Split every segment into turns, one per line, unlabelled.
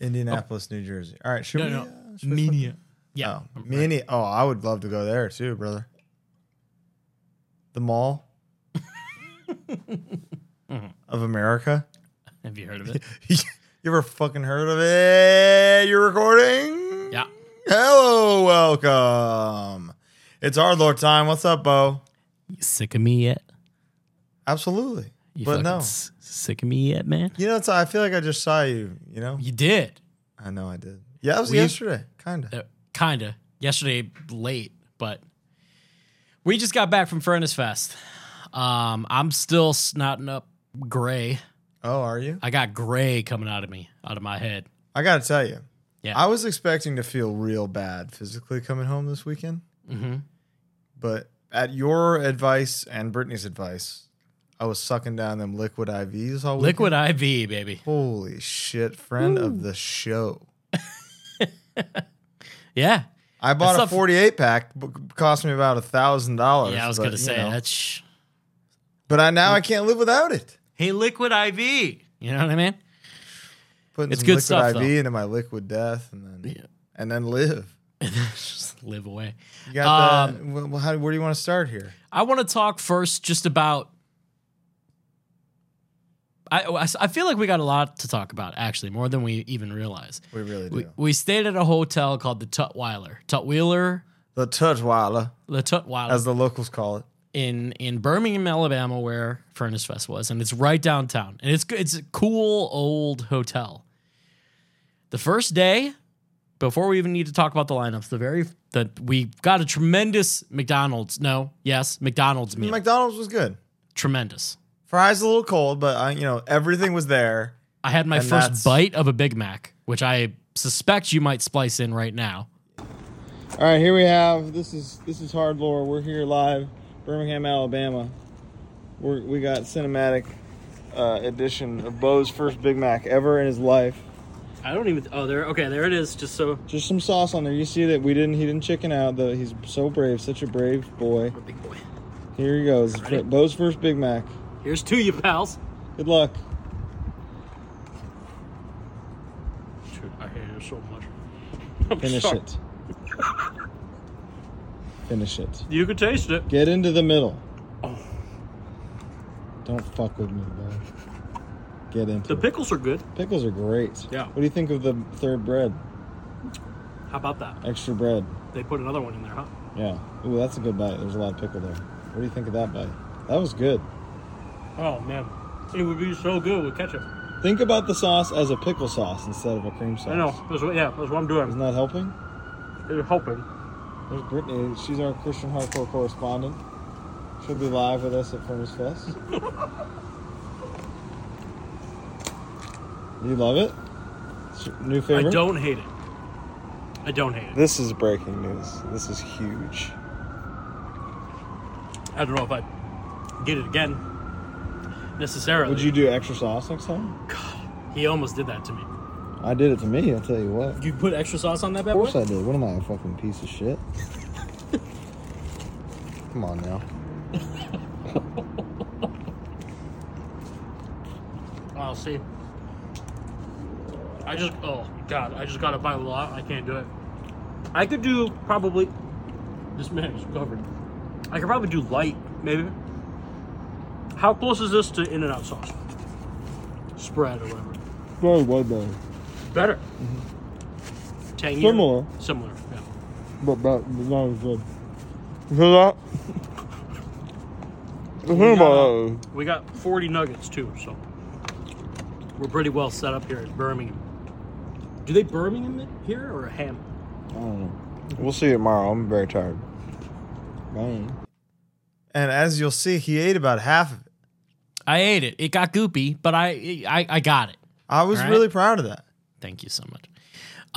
Indianapolis, New Jersey. All right, should
No,
we?
no.
uh, should we flip-
Mania. Yeah.
Oh, Mini. Oh, I would love to go there too, brother. The Mall of America.
Have you heard of it?
you ever fucking heard of it? You're recording?
Yeah.
Hello, welcome. It's our Lord time. What's up, Bo?
You sick of me yet?
Absolutely.
You
but
fucking
no.
s- sick of me yet, man?
You know, it's, I feel like I just saw you, you know?
You did.
I know I did. Yeah, that was
We-
yesterday, kind of.
Uh, kinda. Yesterday late, but we just got back from Furnace Fest. Um, I'm still snotting up gray.
Oh, are you?
I got gray coming out of me, out of my head.
I got to tell you.
Yeah.
I was expecting to feel real bad physically coming home this weekend,
Mm-hmm.
but at your advice and Brittany's advice, I was sucking down them liquid IVs all weekend.
Liquid IV, baby.
Holy shit, friend of the show.
Yeah.
I bought a
That's not-
48 pack, b- cost me about a thousand dollars.
Yeah, I was
but,
gonna
Oh, you
say
know.
that's
but I now I can't live without it.
Hey, liquid IV. You know what I mean?
Putting
It's
some
good
liquid
stuff,
IV
though.
into my liquid death, and then and then live.
Just live away.
You got
Um,
that? Well, well, how, where do you want to start here?
I want to talk first just about. I- I, I feel like we got a lot to talk about, actually, more than we even realize.
We really do.
We, we stayed at a hotel called the Tutwiler, Tutwheeler,
the Tutwala,
the Tutwiler
as the locals call it.
in in Birmingham, Alabama, where Furnace Fest was, and it's right downtown, and it's g- it's a cool old hotel. The first day, before we even need to talk about the lineups, the very that we got a tremendous McDonald's. No, yes, McDonald's meal,
McDonald's was good.
tremendous.
Fries a little cold, but I, you know everything was there.
I had my
And that's-
first bite of a Big Mac, which I suspect you might splice in right now.
All right, here we have this is this is hard lore. We're here live, Birmingham, Alabama. We're, we got cinematic uh, edition of Bo's first Big Mac ever in his life.
I don't even. Oh, there. Okay, there it is. Just so
Just some sauce on there. You see that we didn't he didn't chicken out though. He's so brave, such a brave boy.
big boy.
Here he goes,
Ready?
Bo's first Big Mac.
Here's to you, pals.
Good luck.
Dude, I hate it so much.
Finish it. Finish it.
You can taste it.
Get into the middle.
Oh.
Don't fuck with me, bro. Get into it.
pickles are good.
Pickles are great.
Yeah.
What do you think of the third bread?
How about that?
Extra bread.
They put another one in there, huh?
Yeah. Ooh, that's a good bite. There's a lot of pickle there. What do you think of that bite? That was good.
Oh man, it would be so good with ketchup.
Think about the sauce as a pickle sauce instead of a cream sauce.
I know. That's what, yeah, that's what I'm
Isn't
doing.
that helping?
They're helping.
There's Brittany. She's our Christian hardcore correspondent. She'll be live with us at Furnace Fest. you love it? It's your new favorite?
I don't hate it. I don't hate it.
This is breaking news. This is huge.
I don't know if I get it again necessarily.
Would you do extra sauce next time?
He almost did that to me.
I did it to me, I'll tell you what.
You put extra sauce on that bad
Of course I did. What am I, a fucking piece of shit? Come on now.
I'll see. I just oh god, I just gotta buy a lot. I can't do it. I could do probably. This man is covered. I could probably do light, maybe. How close is this to In-N-Out sauce spread or whatever?
Very well done,
Better. Mm-hmm. Tangier?
Similar.
Similar. Yeah.
but that was not as good. You hear that? You hear
We got,
about that?
We got 40 nuggets too, so we're pretty well set up here at Birmingham. Do they Birmingham it here or Ham?
I don't know. We'll see you tomorrow. I'm very tired. Bye. And as you'll see, he ate about half of it.
I ate it. It got goopy, but I I, I got it.
I was
All right.
really proud of that.
Thank you so much.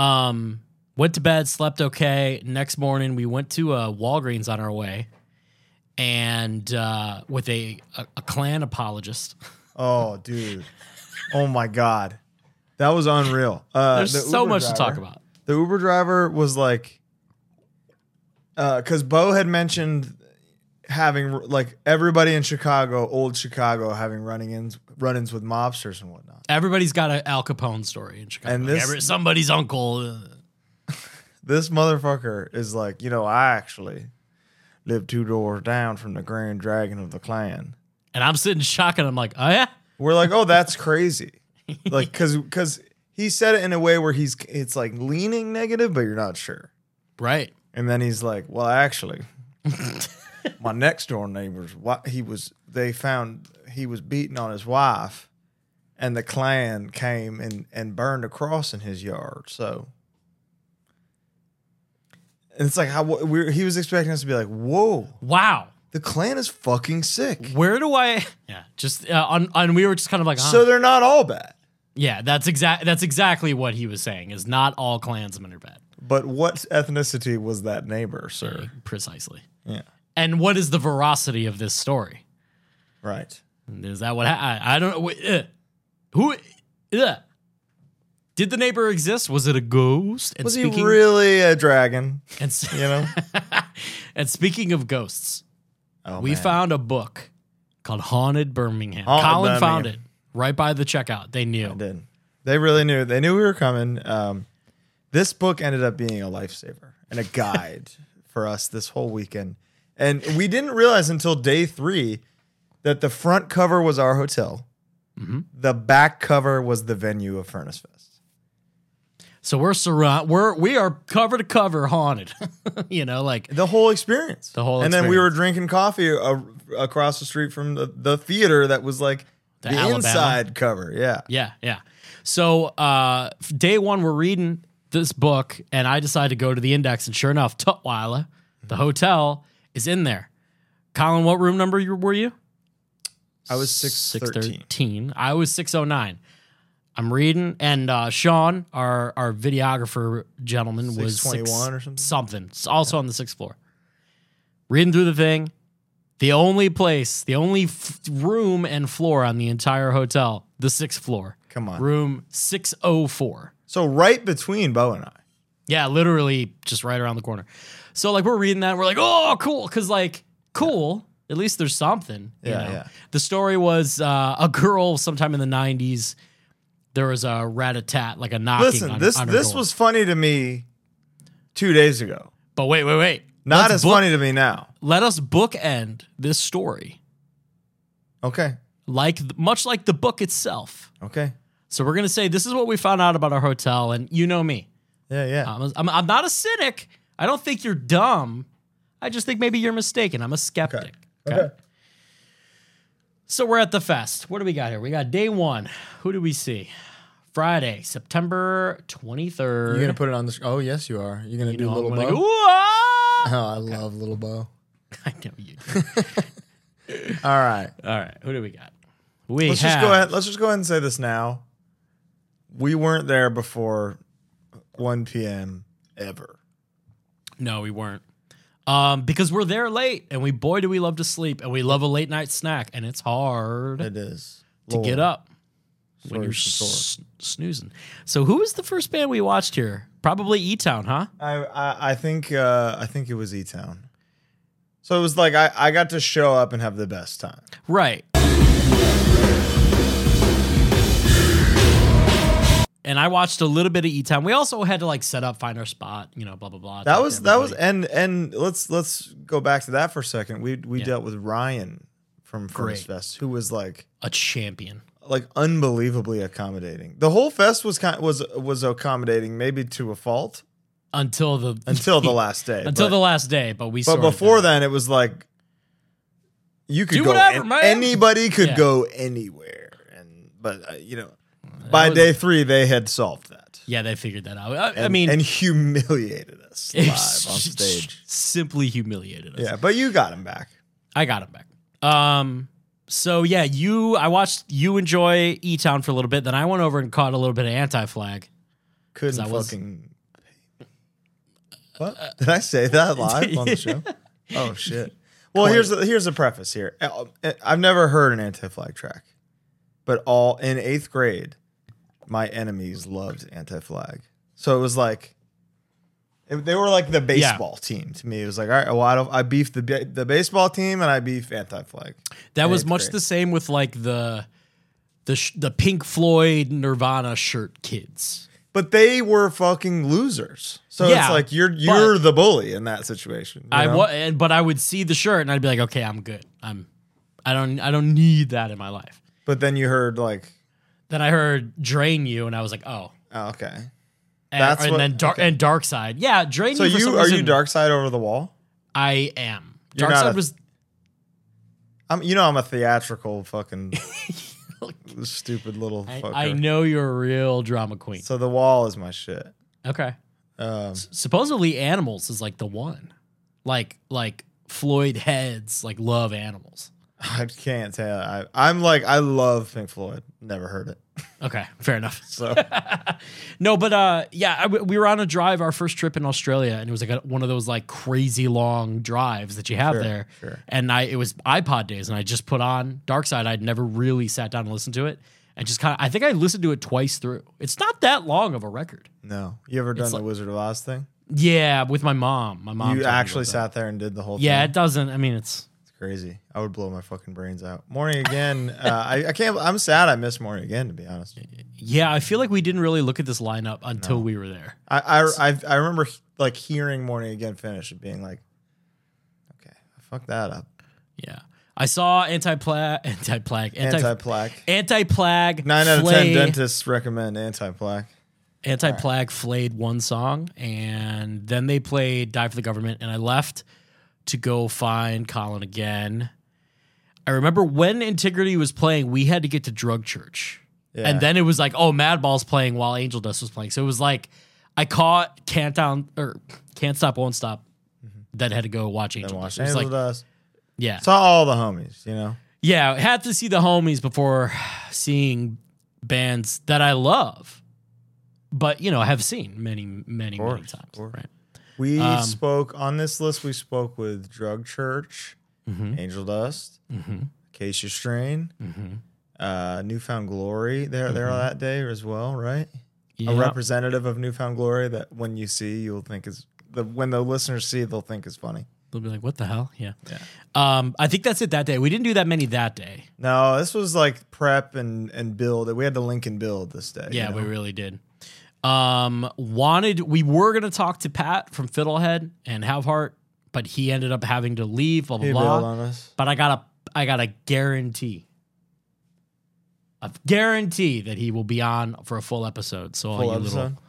Um, went to bed, slept okay. Next morning, we went to uh, Walgreens on our way, and uh, with a a, a Klan apologist.
Oh, dude. oh my god, that was unreal. Uh,
There's
the
so
Uber
much to talk
driver-
about.
The Uber uh, driver was like, because Bo had mentioned having like everybody in Chicago, old Chicago, having running ins, run-ins with mobsters and whatnot.
Everybody's got an Al Capone story in Chicago.
And
Like,
this-
every- somebody's uncle. uh,
This motherfucker is like, you know, I actually live two doors down from the Grand Dragon of the Clan.
And I'm sitting shocked and I'm like, oh, yeah.
We're like, oh, that's crazy, like because because he said it in a way where he's it's like leaning negative, but you're not sure.
Right.
And then he's like, "Well, actually, my next door neighbor's wi- he was they found he was beating on his wife, and the Klan came and and burned a cross in his yard." So, and it's like how we he was expecting us to be like, "Whoa,
Wow.
the Klan is fucking sick."
Where do I? Yeah. Just uh, on. On. We were just kind of like, huh.
So they're not all bad,
yeah. That's exact. That's exactly what he was saying. Is not all Klansmen are bad.
but what ethnicity was that neighbor, sir?
Precisely.
Yeah,
And what is the veracity of this story?
right.
Is that what ha- I, I don't know? Wait, uh, who uh, did the neighbor exist? Was it a ghost? And
Was he really a dragon?
And, s-
You know,
and speaking of ghosts,
oh,
we
man.
found a book called Haunted Birmingham.
Haunted
Colin found it
Birmingham.
right by the checkout. They knew.
They did. They really knew. They knew we were coming. Um, this book ended up being a lifesaver and a guide for us this whole weekend. And we didn't realize until day three that the front cover was our hotel.
Mm-hmm.
The back cover was the venue of Furnace Fest.
So we're surround we're we are cover to cover haunted. you know, like
The whole experience.
The whole
And then we were
experience.
drinking coffee a, across the street from the, the theater that was like the,
Alabama?
inside cover. Yeah.
yeah, yeah. So uh f- day one we're reading this book and I decide to go to the index and sure enough, Tutwiler,
Mm-hmm.
the hotel, is in there. Colin, what room number you- were you?
I was 613.
613. I was 609. I'm reading, and uh, Sean, our our videographer gentleman, was
621 or something?
Something. It's also on the sixth floor. Reading through the thing. The only place, the only f- room and floor on the entire hotel, the sixth floor.
Come on.
Room 604.
So right between Bo and I.
Yeah, literally just right around the corner. So like we're reading that and we're like, oh, cool, because like cool. At least there's something. you
Yeah,
know?
yeah.
The story was uh, a girl sometime in the '90s. There was a rat-a-tat, like a knocking.
Listen,
on,
this
on her
this
door.
was funny to me two days ago.
But wait, wait, wait.
Not
Let's
as
book-
funny to me now.
Let us bookend this story,
Okay.
like much like the book itself.
Okay.
So we're gonna say this is what we found out about our hotel, and you know me,
Yeah, yeah.
I'm, I'm, I'm not a cynic. I don't think you're dumb. I just think maybe you're mistaken. I'm a skeptic. Okay. So we're at the fest. What do we got here? We got day one. Who do we see? Friday, September 23rd.
You're gonna put it on the. Sh- oh yes, you are. You're gonna do
No, I'm
little
gonna
bow.
go, "Whoa!"
oh, I love little bow.
I know you. do.
All right.
All right. Who do we got? We
Let's
have.
just go ahead. Let's just go ahead and say this now. We weren't there before 1 p.m. ever.
No, we weren't. Um, because we're there late, and we boy do we love to sleep, and we love a late night snack, and it's hard
It is.
to get up. when
Sorry
you're
for sore.
s- snoozing. So who was the first band we watched here? Probably E Town, huh?
I I, I think uh, I think it was E Town. So it was like I, I got to show up and have the best time.
Right. And I watched a little bit of E Town. We also had to like set up, find our spot, you know, blah blah blah.
That
talk
was
to
that was
everybody.
and and let's let's go back to that for a second. We we dealt with Ryan from Furnace
Great.
Fest, who was like
a champion.
like unbelievably accommodating. The whole fest was kind was was accommodating, maybe to a fault
Until the
until the last day.
until
but,
the last day, but we
but
sorted
before
that.
then, it was like you could
Do
go
whatever,
an-
man.
anybody could
Yeah.
go anywhere, and but uh, you know by
Mm, was-
day three they had solved that.
Yeah, they figured that out. I, I
And-
mean
and humiliated us
it
live on
was just
stage.
Simply humiliated us.
Yeah, but you got him back.
I got him back. Um, so yeah, you I watched you enjoy E Town for a little bit, then I went over and caught a little bit of Anti Flag.
Couldn't
I was-
fucking. What did I say that live on the show? Oh shit! Well, here's the, here's the preface here. Uh, I've never heard an anti-flag track, but all in eighth grade, my enemies loved anti-flag, so it was like It- They were like the baseball team to me. It was like, all right, well, I don't. I beef the ba- the baseball team and I beef anti flag.
That was
eighth
much
grade.
the same with like the the sh- the Pink Floyd Nirvana shirt kids.
But they were fucking losers. So
Yeah,
it's like you're you're
but-
the bully in that situation. you
I
know?
wa- but I would see the shirt and I'd be like, okay, I'm good. I'm I don't I don't need that in my life.
But then you heard like,
Then I heard "Drain You" and I was like, oh.
oh, okay.
And,
That's
and
what-
then dark and dark side, yeah. Drain.
So
you, for
you
some
are you
reason-
dark side over the wall?
I am.
You're
dark
not
side
a-
was
I'm you know I'm a theatrical fucking stupid little
I,
fucker.
I know you're a real drama queen.
So the wall is my shit.
Okay.
Um,
Supposedly animals is like the one. Like like Floyd heads like love animals.
I can't tell. I, I'm like I love Pink Floyd. Never heard it.
Okay, fair enough.
So
No, but uh yeah, I, we were on a drive our first trip in Australia and it was like a, one of those like crazy long drives that you have
Sure,
there.
sure.
And I it was iPod days and I just put on Dark Side. I'd never really sat down and listened to it. And just kind of I think I listened to it twice through. It's not that long of a record.
no, you ever done
It's
the
like-
Wizard of Oz thing?
Yeah, with my mom. My mom told
you
me about
actually
that.
sat there and did the whole
Yeah,
thing.
it doesn't. I mean, it's
it's crazy. I would blow my fucking brains out. Morning again. uh, I, I can't. I'm sad. I miss morning again. To be honest,
yeah. I feel like we didn't really look at this lineup until we were there.
I I, I I remember like hearing morning again finish and being like, okay, I fucked that up.
Yeah, I saw anti plague, anti plague,
Anti
anti
plaque.
anti plague.
Nine out of ten dentists recommend anti plaque.
Anti plague flayed one song, and then they played "Die for the Government," and I left to go find Colin again. I remember when Integrity was playing, we had to get to Drug Church.
Yeah.
And then it was like, oh, Madball's playing while Angel Dust was playing. So it was like, I caught Can't Down or Can't Stop Won't Stop, then had to go watch
Mm-hmm.
Angel
then Los
Dust. It was
Angeles
like,
does.
yeah,
Saw all the homies. You know.
yeah. I had to see the homies before seeing bands that I love, but you know, I have seen many, many, many
course,
times.
of course.
Right?
We
Um,
spoke on this list. We spoke with Drug Church,
Mm-hmm.
Angel Dust, Acacia Strain, uh, Newfound Glory. They're
Mm-hmm.
there that day as well, right?
Yeah.
A representative of Newfound Glory that when you see, you'll think is the when the listeners see, they'll think is funny.
They'll be like, what the hell? Yeah. Um, I think that's it that day. We didn't do that many that day.
No, this was like prep and and build. We had the Lincoln build this day.
Yeah,
you
we
know?
really did. Um, wanted we were gonna talk to Pat from Fiddlehead and Have Heart, but he ended up having to leave. Blah blah
He bailed
blah.
on us.
But I got a I got a guarantee, a guarantee that he will be on for a full episode. So all
Full
Oh, you
episode.
little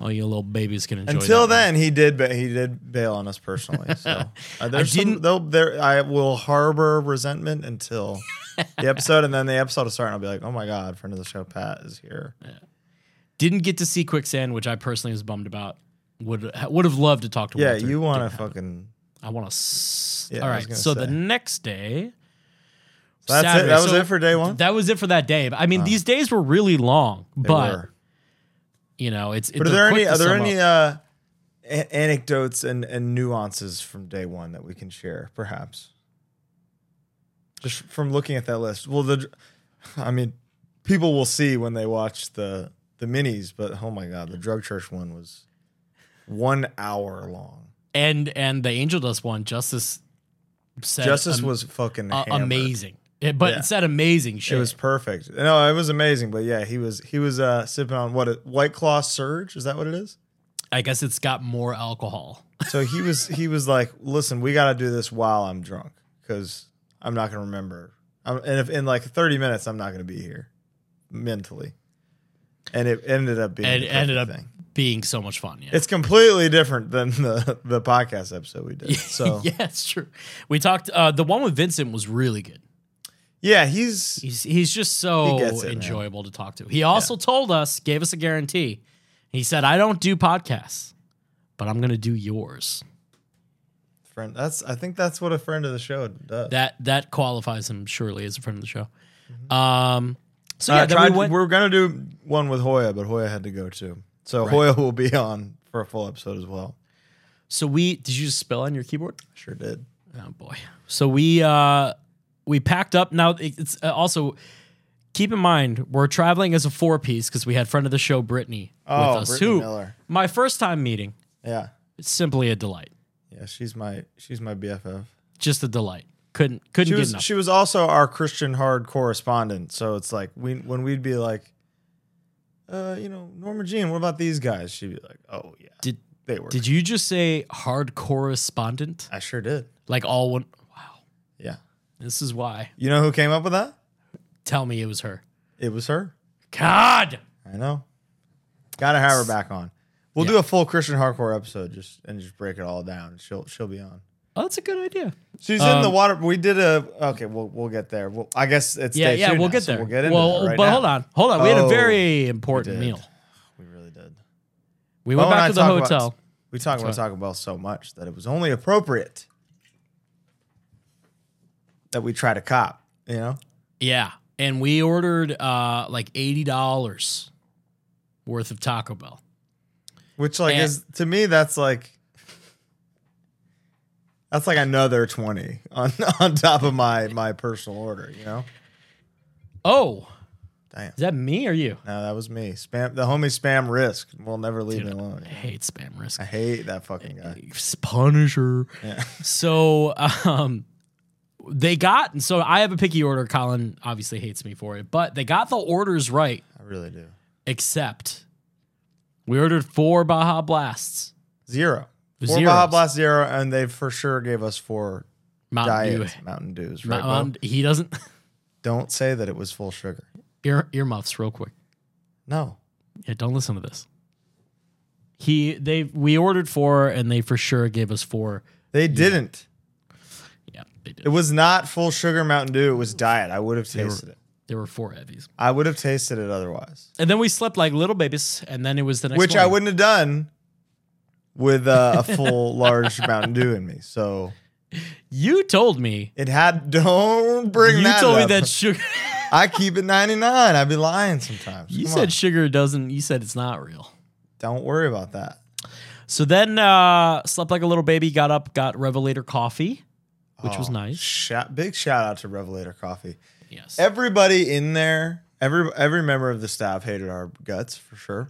all you little babies can enjoy.
Until
that
then,
one.
he did ba- he did bail on us personally. So uh, there's some-
didn't-
though there I will harbor resentment until the episode, and then the episode will start, and I'll be like, oh my god, friend of the show Pat is here.
didn't get to see Quicksand, which I personally was bummed about. Would would have loved to talk to.
Yeah,
Walter.
you want
Didn't
to
happen.
fucking
I want to. S-
Yeah,
All
I was
right.
gonna
So the
say.
next day.
that's it.
Saturday.
That was
So-
it for day one.
That was it for that day. But, I mean, these days were really long,
They
but
were.
you know, it's. it's
but are there any
quick to
are there
sum
any
up.
uh, a- anecdotes and and nuances from day one that we can share, perhaps? Just from looking at that list. Well, the I mean, people will see when they watch the the minis, but oh my god, the drug church one was one hour long.
and and the Angel Dust one, Justice said
Justice
am-
was fucking
uh,
hammered.
amazing, It- but
Yeah.
it said amazing shit.
It was perfect. No, it was amazing. But yeah, he was he was uh, sipping on what a White Claw Surge. Is that what it is?
I guess it's got more alcohol.
So he was he was like, listen, we got to do this while I'm drunk because I'm not gonna remember. I'm, and if in like 30 minutes, I'm not gonna be here mentally. And it ended up being
It
the
ended up
perfect thing.
being so much fun. Yeah.
It's completely different than the the podcast episode we did. So yeah.
yeah, it's true. We talked. Uh, the one with Vincent was really good.
he's
He's he's just so
He gets it, man.
enjoyable to talk to. He also told us, gave us a guarantee. He said, "I don't do podcasts, but I'm going to do yours."
friend. That's I think that's what a friend of the show does.
that that qualifies him surely as a friend of the show. Um, so
I Mm-hmm.
yeah, then
Uh, tried-
we
we
went.
are gonna do one with Hoya, but Hoya had to go too. So Hoya will be on for a full episode as well.
So we did you just spill on your keyboard?
Sure did.
Oh boy. So we uh we packed up. Now it- it's uh, also keep in mind we're traveling as a four piece because we had friend of the show Brittany
Oh,
with us.
Brittany
who
Miller.
my first time meeting.
Yeah.
It's simply a delight.
Yeah, she's my she's my BFF.
Just a delight. Couldn't couldn't
She
get
was
enough.
she was also our Christian hard correspondent. So it's like we when we'd be like, uh, you know, Norma Jean, what about these guys? She'd be like, Oh yeah,
Did-
they were?
Did you just say hard correspondent?
I sure did.
Like all one. Wow.
Yeah.
This is why.
You know who came up with that?
Tell me it was her.
It was her.
God.
I know. Gotta have her back on. We'll do
Yeah.
a full Christian hardcore episode just and just break it all down. She'll she'll be on.
Oh, that's a good idea.
She's in
Um,
the water. We did a okay. We'll we'll get there. Well, I guess it's
Yeah,
day
yeah,
two
we'll
now,
get
so
there.
we'll get into
well,
that right
but
now.
hold on, hold on. We had a
Oh,
very important
we did.
meal.
We really did.
We
Bo
went
and I
back to the
talk about-
hotel.
we talk about Taco Bell so much that it was only appropriate that we try to cop. You know,
yeah, and we ordered uh like eighty dollars worth of Taco Bell.
which like
And-
is to me that's like that's like another twenty on on top of my my personal order. You know,
Oh,
damn.
is that me or you?
No, that was me. Spam the homie spam risk will never leave me alone.
I hate spam risk.
I hate that fucking guy.
Punisher.
Yeah.
So um, they got, and so I have a picky order. Colin obviously hates me for it, but they got the orders right,
I really do.
except we ordered four Baja Blasts.
Zero. Four
Zeros.
Baja Blast zero, and they for sure gave us four
Mountain Dew.
diet Mountain Dews. Right, Bo?
Mountain, he doesn't.
Don't say that it was full sugar.
Ear, earmuffs, real quick.
No.
Yeah, don't listen to this. He they we ordered four and they for sure gave us four.
They didn't.
Yeah, they did.
It was not full sugar Mountain Dew. It was diet. I would have tasted it.
There were four heavies,
I would have tasted it otherwise,
and then we slept like little babies. And then it was the next.
which I
morning.
wouldn't have done with uh, a full large Mountain Dew in me. So
You told me.
it had. Don't bring
You
that.
told me
up.
that sugar.
I keep it 99. I'd be lying sometimes.
you
Come
said
on.
sugar doesn't. You said it's not real.
Don't worry about that.
So then uh slept like a little baby. Got up, got Revelator coffee, which was
Oh,
nice.
Shout, big shout out to Revelator Coffee.
Yes.
Everybody in there, every every member of the staff hated our guts for sure,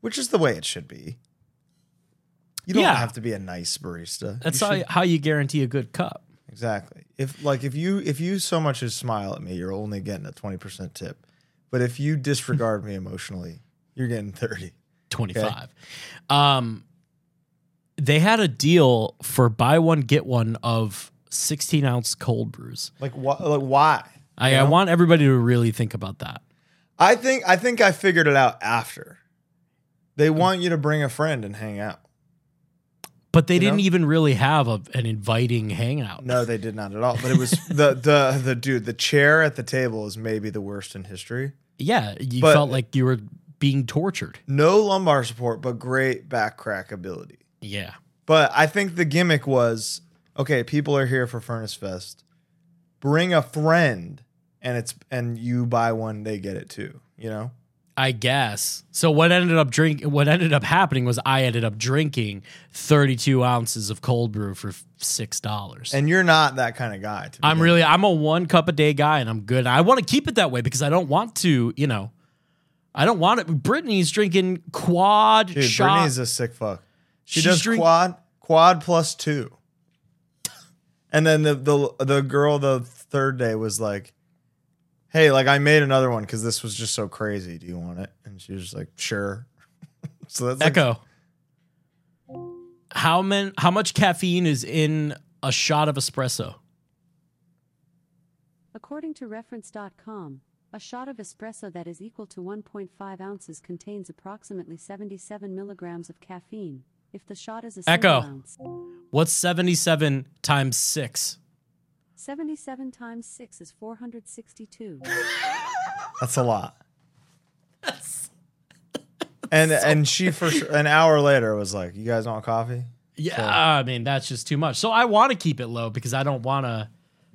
which is the way it should be. You don't
Yeah.
have to be a nice barista.
That's
You
how,
should-
how you guarantee a good cup.
exactly. If like if you if you so much as smile at me, you're only getting a twenty percent tip. But if you disregard me emotionally, you're getting thirty.
25. Um, they had a deal for buy one, get one of 16 ounce cold brews.
Like why? Like why?
I, I want everybody to really think about that.
I think I think I figured it out after. They want you to bring a friend and hang out.
But they
You
didn't
know?
even really have a, an inviting hangout.
No, they did not at all. But it was the the the dude. The chair at the table is maybe the worst in history.
Yeah, you
But-
felt like you were being tortured.
No lumbar support, but great back crack ability.
Yeah.
But I think the gimmick was okay. People are here for Furnace Fest. Bring a friend, and it's and you buy one, they get it too. You know.
I guess. So what ended up drink what ended up happening was I ended up drinking 32 ounces of cold brew for six dollars.
And you're not that kind of guy. To
I'm
begin
really I'm a one cup a day guy and I'm good. I want to keep it that way because I don't want to, you know. I don't want it. Brittany's drinking quad
Dude,
shot.
Brittany's a sick fuck. She
She's
does
drink-
quad, quad plus two. And then the the the girl the third day was like, "Hey, like I made another one because this was just so crazy. Do you want it?" And she was just like, "Sure." so that's like,
Echo. How many how much caffeine is in a shot of espresso?
According to reference.com, a shot of espresso that is equal to 1.5 ounces contains approximately 77 milligrams of caffeine. If the shot is a single
Echo.
ounce,
What's 77 times 6?
77 times 6 is 462.
that's a lot. and and she for sure, an hour later was like, "You guys want coffee?"
Yeah, I mean that's just too much. So I want to keep it low because I don't want to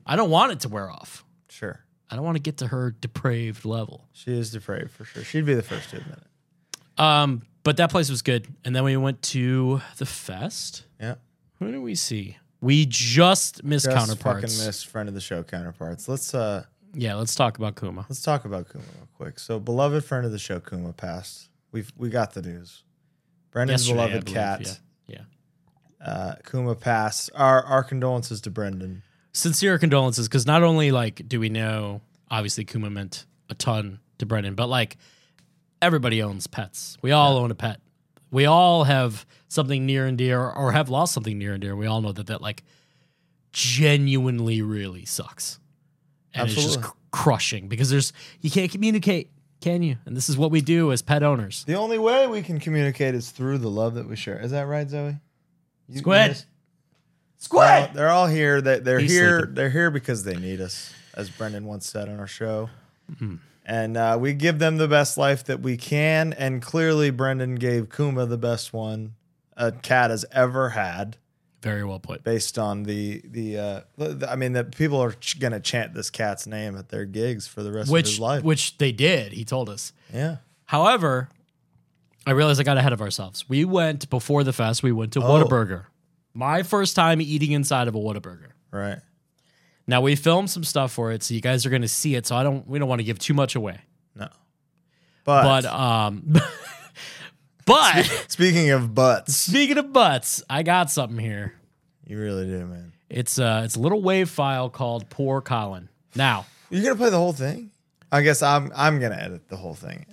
I don't want it to wear off.
Sure.
I don't want to get to her depraved level.
She is depraved for sure. She'd be the first to admit it.
Um, but that place was good. And then we went to the fest.
Yeah.
Who did we see? We just missed
Just
counterparts.
Fucking miss friend of the show counterparts. Let's uh
Yeah, let's talk about Kuma.
Let's talk about Kuma real quick. So, beloved friend of the show, Kuma passed. We've we got the news. Brendan's
Yesterday, I
beloved
believe,
cat
Yeah. yeah.
Uh, Kuma passed. Our our condolences to Brendan.
sincere condolences because not only like do we know obviously Kuma meant a ton to Brennan, but like everybody owns pets. We all own a pet. We all have something near and dear or have lost something near and dear. We all know that that like genuinely really sucks. And it's just
Absolutely.
cr- crushing because there's you can't communicate, can you? And this is what we do as pet owners.
The only way we can communicate is through the love that we share. Is that right, Zoe? You- you
Squid.
just- They're all, they're all here. They, they're
He's
here.
sleeping.
They're here because they need us, as Brendan once said on our show.
Mm-hmm.
And uh, we give them the best life that we can. And clearly, Brendan gave Kuma the best one a cat has ever had,
Very well put.
based on the the. Uh, the- I mean, that people are ch- gonna chant this cat's name at their gigs for the rest of
Which
his life.
which they did, he told us.
yeah.
However, I realized I got ahead of ourselves. We went before the fest, we
Oh.
went to Whataburger. My first time eating inside of a Whataburger.
Right.
Now we filmed some stuff for it, so you guys are gonna see it. So I don't we don't want to give too much away.
No.
But
But,
um But
speaking of butts,
speaking of butts, I got something here.
you really do, man.
It's uh it's a little wave file called Poor Colin. Now
You're gonna play the whole thing. I guess I'm I'm gonna edit the whole thing.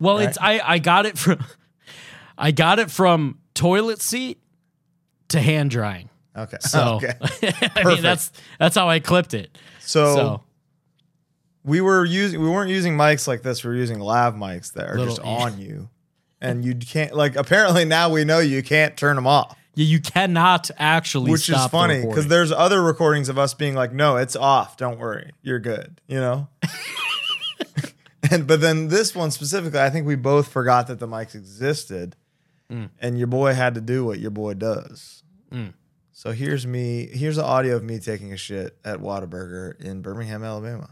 Well, it's I I got it from I got it from toilet seat to hand drying.
Okay.
So
Oh, okay.
I mean that's that's how I clipped it.
so
So
we were using we weren't using mics like this. We were using lav mics that are
Little- E.
just on you, and you can't like. Apparently now we know you can't turn them off,
yeah, you cannot actually
which is
stop the
funny because
recording.
there's other recordings of us being like, "No, it's off. Don't worry, you're good." You know. and but then this one specifically, I think we both forgot that the mics existed,
Mm.
and your boy had to do what your boy does. So here's me. Here's the audio of me taking a shit at Whataburger in Birmingham, Alabama.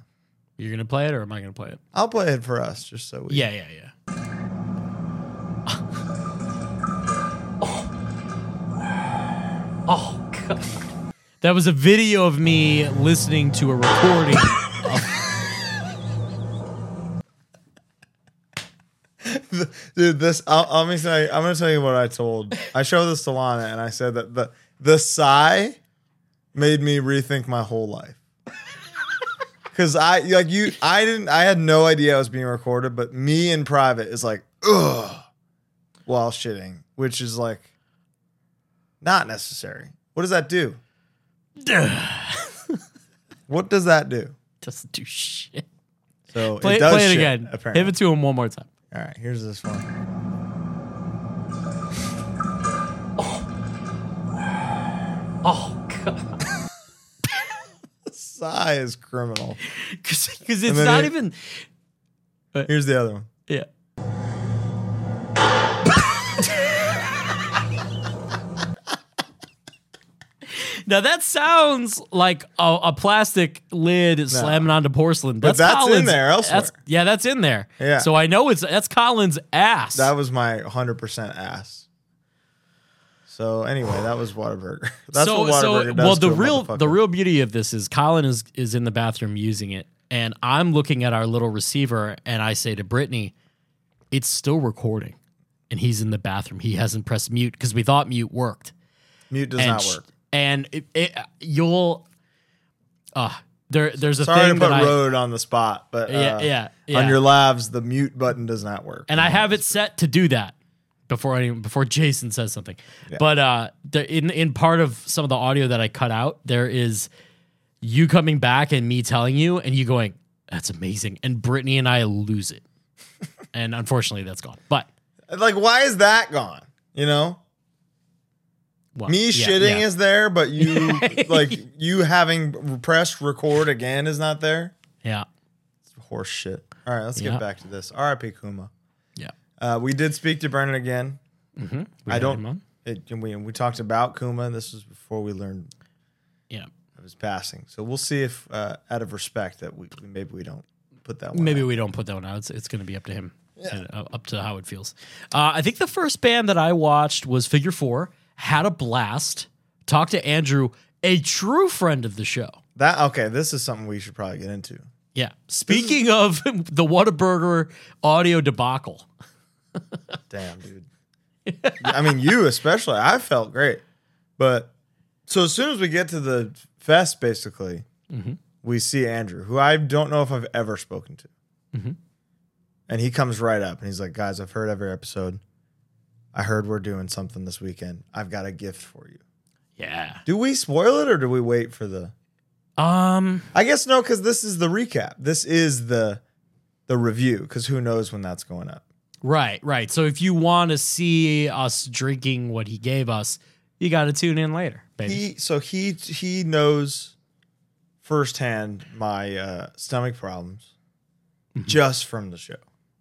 You're gonna play it or am I gonna play it?
I'll play it for us, just so we.
Yeah, yeah, yeah.
Oh, God.
That was a video of me listening to a recording.
Dude, this. I'll, I'm gonna tell you. I'm gonna tell you what I told. I showed this to Lana, and I said that the the sigh made me rethink my whole life. Cause I like you. I didn't. I had no idea I was being recorded, but me in private is like ugh, while shitting, which is like not necessary. What does that do? what does that do?
Doesn't do shit.
So
Play
it
it,
does
play it
shit,
again.
Apparently,
Give it to him one more time.
all right. Here's this one.
Oh, God.
sigh is criminal.
Because it's
And then
not
it-
even
Here's the other one.
yeah. Now that sounds like a, a plastic lid slamming onto porcelain. That's
that's in
Colin's,
there
That's,
elsewhere.
yeah, that's in there.
Yeah.
So I know it's that's Colin's ass.
That was my 100% ass. So anyway, that was Whataburger. That's
so,
what Whataburger
so
does.
well, the
to a
real the
motherfucker.
real beauty of this is Colin is is in the bathroom using it, and I'm looking at our little receiver, and I say to Brittany, "It's still recording," and he's in the bathroom. He hasn't pressed mute because we thought mute worked.
mute does
and
not
sh-
work.
and it, it, you'll, uh, there there's a
Sorry to
thing
put
that I
road on the spot, but
yeah,
uh,
yeah yeah
on your labs, the mute button does not work.
and I have it set to do that before any before Jason says something. But uh, there, in in part of some of the audio that I cut out, there is you coming back and me telling you, and you going, "That's amazing," and Brittany and I lose it, and unfortunately, that's gone. But
like, why is that gone? You know,
well,
me
yeah,
shitting
yeah.
is there, but you like you having pressed record again is not there.
yeah,
Horse shit. All right, let's
Yeah.
get back to this. R.I.P. Kuma.
yeah.
Uh, we did speak to Brennan again.
We
I
had
don't-
him on.
It, and we, and we talked about Kuma. This was before we learned
Yeah,
of his passing. So we'll see if, uh, out of respect, that we we- maybe we don't put that one.
maybe
out.
we don't put that one out. It's, it's going to be up to him, and, uh, up to how it feels. Uh, I think the first band that I watched was Figure Four. Had a blast. Talked to Andrew, a true friend of the show.
that okay. This is something we should probably get into.
Yeah. Speaking of the Whataburger audio debacle,
Damn, dude. I mean, you especially. I felt great. But so as soon as we get to the fest, basically,
Mhm.
we see Andrew, who I don't know if I've ever spoken to.
Mhm.
And he comes right up and he's like, Guys, I've heard every episode. I heard we're doing something this weekend. I've got a gift for you.
Yeah.
Do we spoil it or do we wait for the.
Um.
I guess no, because this is the recap. This is the the review, because who knows when that's going up.
Right. Right. So if you want to see us drinking what he gave us, you got to tune in later, baby.
he so he he knows firsthand my uh, stomach problems just from the show.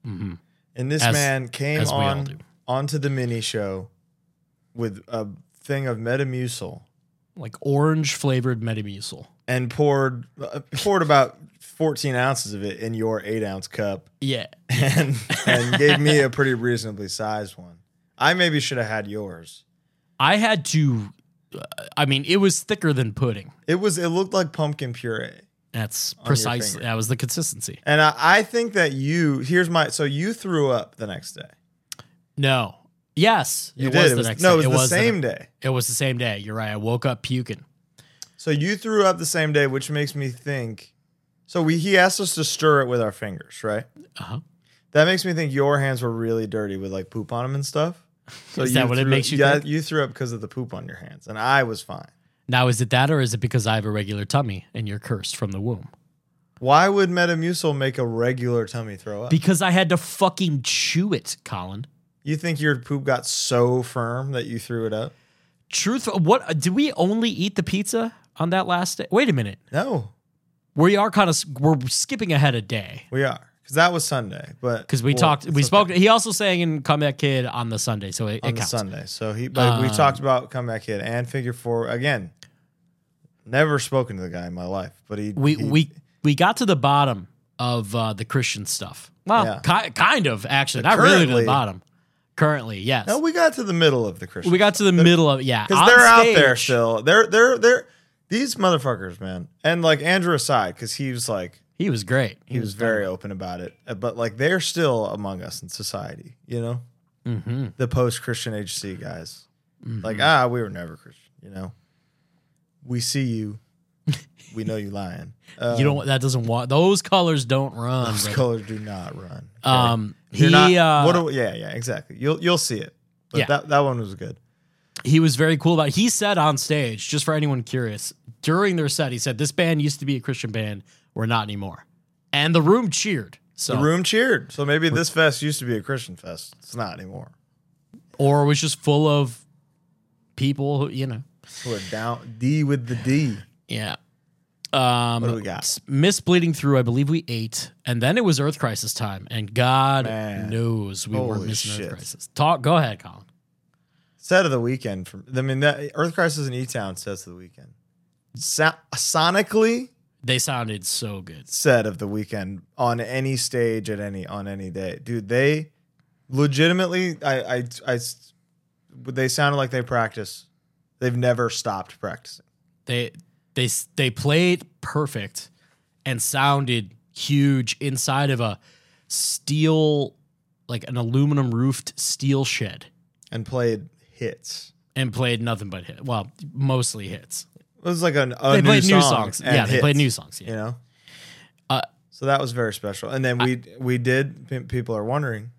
Mhm.
And this
Mm-hmm. As-
man came
as we all do.
on onto the mini show with a thing of Metamucil
Like orange flavored Metamucil.
and poured uh, poured about fourteen ounces of it in your eight ounce cup
Yeah.
and and gave me a pretty reasonably sized one. I maybe should have had yours.
I had to. Uh, I mean, it was thicker than pudding.
It was it looked like pumpkin puree.
That's
your
precisely
finger.
that was the consistency.
And I, I think that you here's my so you threw up the next day.
No. Yes.
You
it
did.
was
it
the
was,
next
no,
day.
it was the same
next-
day.
It was the same day. You're right. I woke up puking.
So you threw up the same day, which makes me think. So we he asked us to stir it with our fingers, right?
Uh-huh.
That makes me think your hands were really dirty with like poop on them and stuff. So
Is that what it
threw-
makes you
Yeah,
think?
you threw up because of the poop on your hands, and I was fine.
Now is it that or is it because I have a regular tummy and you're cursed from the womb?
Why would Metamucil make a regular tummy throw up?
Because I had to fucking chew it, Colin.
you think your poop got so firm that you threw it up?
Truth what did we only eat the pizza on that last day? Wait a minute.
No,
We are kind of we're skipping ahead a day.
we are because that was Sunday, but
Because we
well,
talked,
it's
we
okay.
spoke. He also sang in "Come Back Kid" on the Sunday, so it, it
on the
counts. Um,
Sunday. So he, but we talked about comeback kid and figure four again. Never spoken to the guy in my life, but he
we
he-
we we got to the bottom of uh, the Christian stuff. Well,
Yeah.
ki- kind of actually, not really to the
Currently-
bottom. Currently, yes,
no, we got to the middle of the Christian.
we got to the middle of yeah
because
on
they're out
stage-
there still. They're they're they're these motherfuckers, man. And like Andrew aside, because he was like
He was great.
he was very open about it, Uh, but like they're still among us in society. You know,
hmm
the post Christian HC guys.
Mm-hmm.
Like ah, we were never Christian. You know, we see you. We know you lying. Uh,
you don't. That doesn't want those colors. Don't run.
Those
brother.
colors do not run. okay?
Um,
You're not.
he uh,
what do, yeah, yeah, exactly. You'll you'll see it. But
Yeah.
that that one was good.
he was very cool about. It. He said on stage, just for anyone curious, during their set, he said this band used to be a Christian band. We're not anymore, and the room cheered. So
The room cheered. So maybe this fest used to be a Christian fest. It's not anymore.
or it was just full of people who you know.
We're down D with the D.
Yeah. Um,
What do we got?
s- Miss Bleeding Through, I believe we ate, and then it was Earth Crisis time, and God
Man.
knows we weren't
Holy
missing
shit.
Earth Crisis. Talk, go ahead, Colin.
Set of the weekend. From I mean, that Earth Crisis in E Town sets of the weekend. So, sonically,
They sounded so good.
set of the weekend on any stage at any on any day, dude. They legitimately, I, I, I s- they sounded like they practice. They've never stopped practicing.
They they s- they played perfect and sounded huge inside of a steel, like an aluminum roofed steel shed,
and played hits.
and played nothing but hit. Well, mostly hits.
It was like an a
They
new
played
song
new songs.
and
Yeah, they played
hits,
new songs. Yeah.
You know,
Uh,
so that was very special. And then we we did. pe- People are wondering.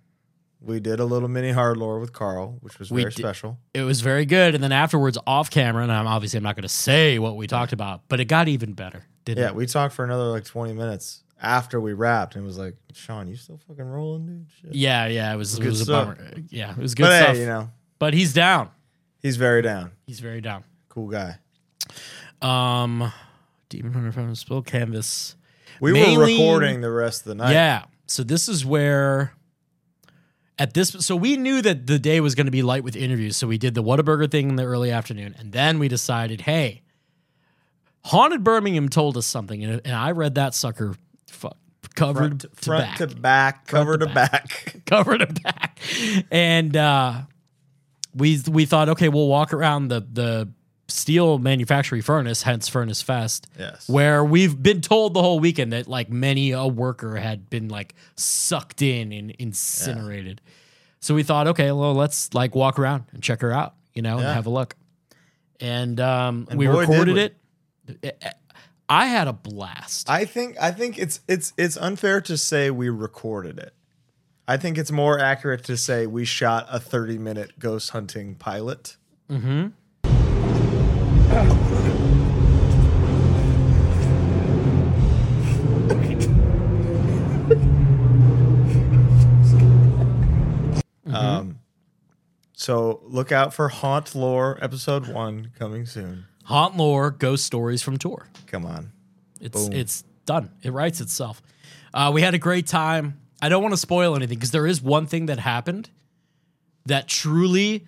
We did a little mini hard lore with Carl, which was
We
very
did-
special.
it was very good. And then afterwards, off camera, and I'm obviously I'm not going to say what we talked about, but it got even better, didn't
Yeah,
it?
we talked for another like twenty minutes after we wrapped, and it was like, Sean, you still fucking rolling, dude? Shit.
Yeah, yeah, it was, it
good
was a
stuff.
bummer. Yeah, it was good
but
stuff.
hey, you know,
But he's down.
he's very down.
He's very down.
Cool guy.
Um, Demon Hunter from Spill Canvas.
We were
Mainly-
recording the rest of the night.
Yeah. So this is where at this so we knew that the day was going to be light with interviews. So we did the Whataburger thing in the early afternoon. And then we decided, hey, Haunted Birmingham told us something. And, and I read that sucker fuck
front,
covered
to, front
back.
to back, cover
to
to back.
covered him back. And uh, we we thought, okay, we'll walk around the the steel manufacturing furnace, hence Furnace Fest.
Yes.
Where we've been told the whole weekend that like many a worker had been like sucked in and incinerated. So we thought, okay, well, let's like walk around and check her out, you know, and
Yeah.
have a look. and, um,
And
we
boy, did
recorded
we.
it. I had a blast.
I think I think it's it's it's unfair to say we recorded it. I think it's more accurate to say we shot a 30 minute ghost hunting pilot. Mm-hmm. Um, so look out for Haunt Lore episode one coming soon.
Haunt lore, ghost stories from tour.
Come on.
It's
Boom.
it's done. It writes itself. Uh, we had a great time. I don't want to spoil anything because there is one thing that happened that truly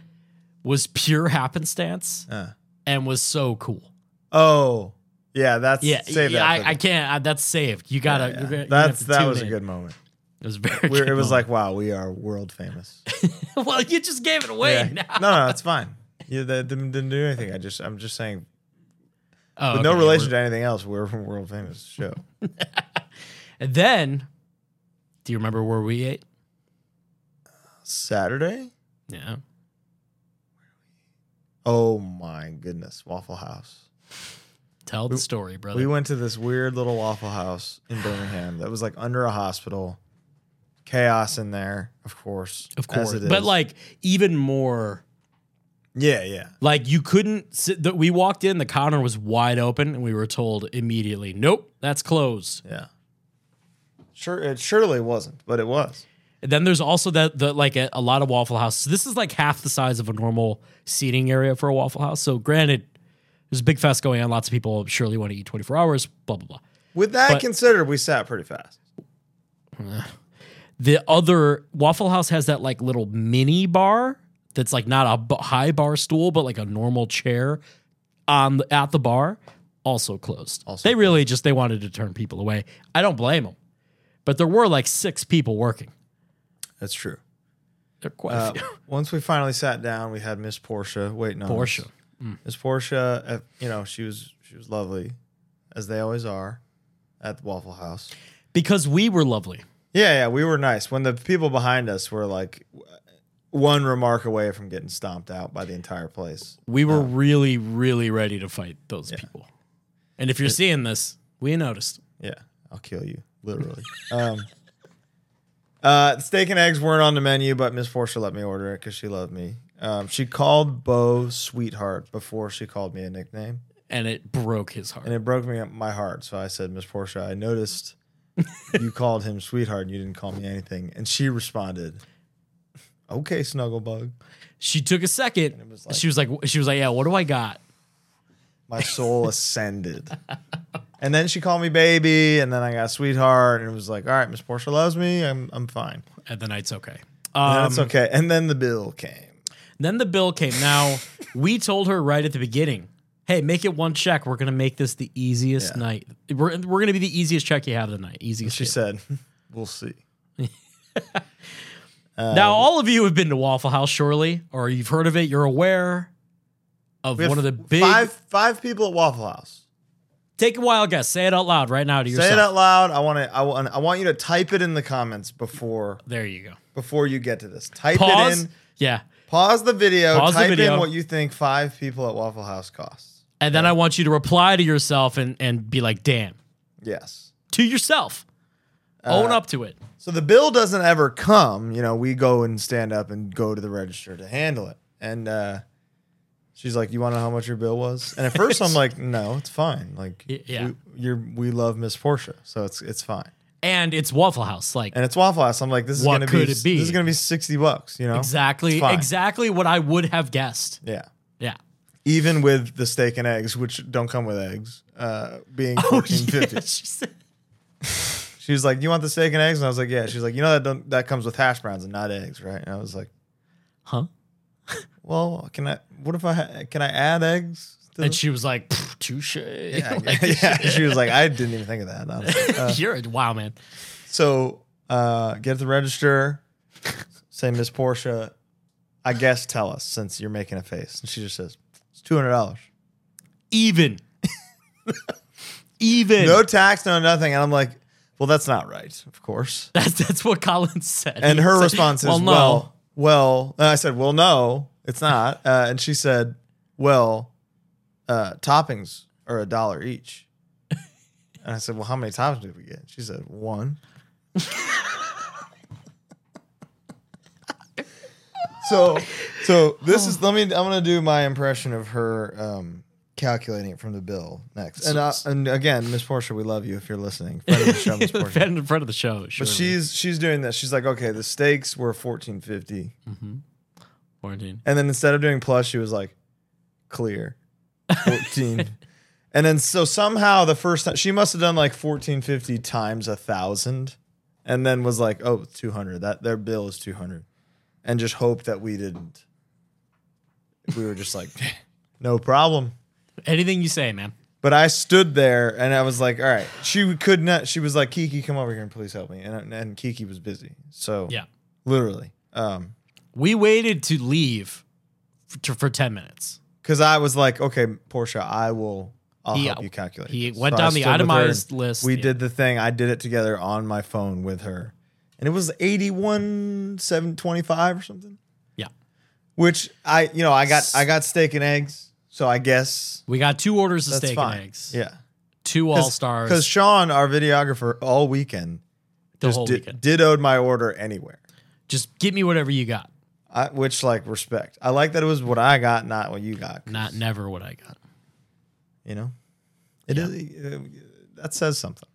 was pure happenstance
Uh.
and was so cool.
Oh, yeah, that's
Yeah,
save
yeah,
that
I,
for the-
I can't. I, that's saved. You gotta.
Yeah,
you're gonna- you're gonna
that's
have to
that
tune
was a
in.
good moment.
It was very.
We're,
good
it was like,
moment.
wow, we are world famous.
well, you just gave it away.
Yeah.
Now.
no, no, it's fine. You that didn't, didn't do anything. I just, I'm just saying,
Oh,
with no
okay,
relation
we're-
to anything else, we're from world famous show.
And then, do you remember where we ate?
Saturday.
Yeah.
Oh my goodness, Waffle House.
Tell the story, brother.
We went to this weird little Waffle House in Birmingham that was like under a hospital. Chaos in there, of course.
of
as
course,
it
but
is.
like even more.
yeah, yeah.
Like you couldn't sit that we walked in, the counter was wide open, and we were told immediately, Nope, that's closed.
Yeah. Sure, it surely wasn't, but it was.
And then there's also that the like a, a lot of waffle houses. This is like half the size of a normal seating area for a waffle house. So granted, there's a big fest going on, lots of people surely want to eat 24 hours, blah blah blah.
With that
But-
considered, we sat pretty fast.
The other Waffle House has that like little mini bar that's like not a b- high bar stool, but like a normal chair on the, at the bar. Also closed.
Also
they really just they wanted to turn people away. I don't blame them, but there were like six people working.
That's true.
They're quite
Uh,
a few.
once we finally sat down, we had Miss Portia waiting on
Portia. Mm.
us. Miss Portia, uh, you know, she was she was lovely, as they always are, at the Waffle House.
because we were lovely.
Yeah, yeah, we were nice. When the people behind us were like w- one remark away from getting stomped out by the entire place.
We were really, really ready to fight those people. And if you're seeing this, we noticed.
Yeah, I'll kill you, literally. um, uh, steak and eggs weren't on the menu, but Miss Forster let me order it because she loved me. Um, she called Bo sweetheart before she called me a nickname,
And it broke his heart.
and it broke me my heart. So I said, Miss Portia, I noticed you called him sweetheart, and you didn't call me anything. And she responded, "Okay, Snugglebug,
she took a second.
was like-
she was like, she was like, yeah, what do I got?
my soul ascended." And then she called me baby, and then I got sweetheart, and it was like, "All right, Miss Portia loves me. I'm I'm fine."
And the night's okay.
And
Um,
That's okay. And then the bill came.
Then the bill came. Now, we told her right at the beginning, hey, make it one check. We're going to make this the easiest
Yeah.
night. We're, we're going to be the easiest check you have tonight. Easiest.
She
table.
said, "We'll see."
now, all of you have been to Waffle House, surely, or you've heard of it. You're aware of
We had
one of the big.
five five people at Waffle House.
Take a wild guess. Say it out loud right now to yourself.
Say it out loud. I want to. I want. I want you to type it in the comments before
There you go.
before you get to this. Type
Pause.
it in.
Yeah.
Pause the video.
Pause the
type
video.
in what you think five people at Waffle House costs.
And then I want you to reply to yourself and, and be like, damn,
Yes.
to yourself.
Uh,
Own up to it.
So the bill doesn't ever come. You know, we go and stand up and go to the register to handle it. And uh, she's like, "You want to know how much your bill was?" And at first, I'm like, "No, it's fine. Like,
Y- yeah.
we, you're we love Miss Portia, so it's it's fine."
And it's Waffle House. Like,
and it's Waffle House. I'm like, this is
What
gonna
could
be,
it be?
this is gonna be sixty bucks. You know
exactly,
It's fine.
exactly what I would have guessed.
Yeah,
Yeah.
even with the steak and eggs, which don't come with eggs, uh, being fourteen fifty.
Oh, yeah, she said-
She was like, "You want the steak and eggs?" And I was like, "Yeah." She's like, "You know that don't, that comes with hash browns and not eggs, right?" And I was like,
huh?
"Well, can I? What if I ha- can I add eggs?" To
And
the-"
she was like, "Pff, touche.
yeah,
Like,
yeah. She was like, "I didn't even think of that." honestly. Uh,
You're a wow, man.
so uh, get at the register, say Miss Portia. I guess tell us since you're making a face, and she just says, "It's two hundred dollars."
Even. Even.
no tax, no nothing. And I'm like, well, that's not right, of course.
That's, that's what Colin said.
And
He
her
said,
response is, well,
no.
well, and I said, well, no, it's not. Uh, and she said, well, uh, toppings are a dollar each. And I said, Well, how many toppings did we get? She said, One. so so this is let me I'm gonna do my impression of her um calculating it from the bill next. And uh, and again, Miss Portia, we love you if you're listening. Friend of the show, Miss Portia.
Fan in front of the show.
But she's she's doing this. She's like, okay, the stakes were fourteen fifty,
quarantine.
and then instead of doing plus, she was like, clear, fourteen, and then so somehow the first time she must have done like fourteen fifty times a thousand, and then was like, oh, 200. That their bill is two hundred, and just hope that we didn't. We were just like, no problem.
Anything you say, man.
But I stood there and I was like, all right. She could not. She was like, Kiki, come over here and please help me. And and Kiki was busy, so
Yeah.
literally. Um,
We waited to leave for, to, for 10 minutes.
because I was like, okay, Portia, I will. I'll
He-
help you calculate.
he
this.
went
I
down the
stood with her and
itemized list,
We
yeah.
did the thing. I did it together on my phone with her, and it was eighty-one seven twenty-five or something.
Yeah.
Which I, you know, I got I got steak and eggs, so I guess
We got two orders of
that's
steak
fine.
and eggs,
Yeah,
two all stars
Because Sean, our videographer, all weekend
the
just
whole
di-
weekend.
dittoed my order anywhere.
Just give me whatever you got.
I, which like respect. I like that it was what I got, not what you got. 'cause,
Not never what I got.
You know, it is uh, that says something.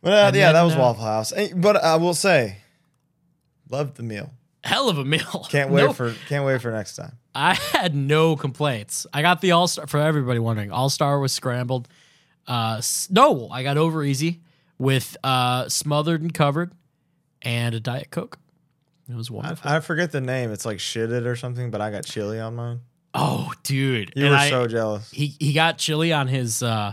But uh, yeah,
then,
that was
uh,
Waffle House. Eh, But I will say, loved the meal.
Hell of a meal.
Can't wait
No-
for can't wait for next time.
I had no complaints. I got the all star for everybody wondering. All star was scrambled. Uh, s- no, I got over easy with uh, smothered and covered, and a diet coke. It was wonderful.
I forget the name. It's like shitted or something. But I got chili on mine.
oh, dude!
You
and
were
I-
so jealous.
he he got chili on his uh,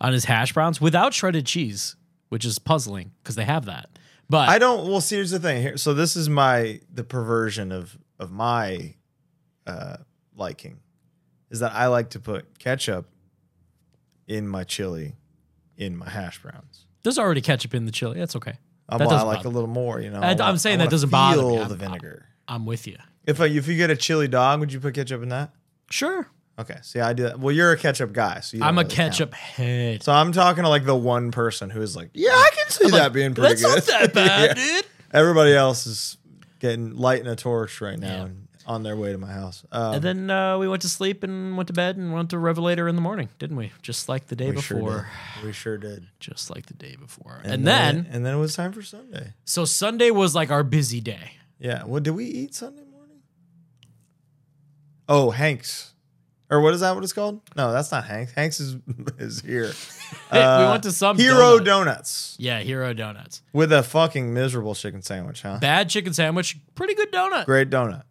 on his hash browns without shredded cheese, which is puzzling because they have that. But
I don't. Well, see, here's the thing. Here, so this is my the perversion of of my uh liking is that I like to put ketchup in my chili, in my hash browns.
there's already ketchup in the chili. That's okay.
I,
That
want- I
doesn't
like
bother
a little more. You know,
I-
I
I'm
want-
saying
I
that
wanna
doesn't bother me.
feel
I'm-
the vinegar.
I'm with you.
If I, if you get a chili dog, would you put ketchup in that?
Sure,
Okay. See, I do that. Well, you're a ketchup guy, so you don't
I'm a
really count.
ketchup head.
So I'm talking to like the one person who is like, yeah, I can see that being pretty
That's
good.
not that bad,
Yeah.
dude.
Everybody else is getting lighting a torch right now
Yeah.
and on their way to my house. Um,
And then uh, we went to sleep and went to bed and went to Revelator in the morning, didn't we? Just like the day
Um, we
before.
sure did. We sure did.
Just like the day before. And, then,
and then it was time for Sunday.
so Sunday was like our busy day.
Yeah. What did we eat Sunday morning? Oh, Hanks. Or what is that what it's called? No, that's not Hanks. Hanks is is here.
we
Uh,
went to some
Hero
donut.
Donuts
Yeah, Hero Donuts.
with a fucking miserable chicken sandwich, huh?
Bad chicken sandwich, pretty good donut.
Great donut.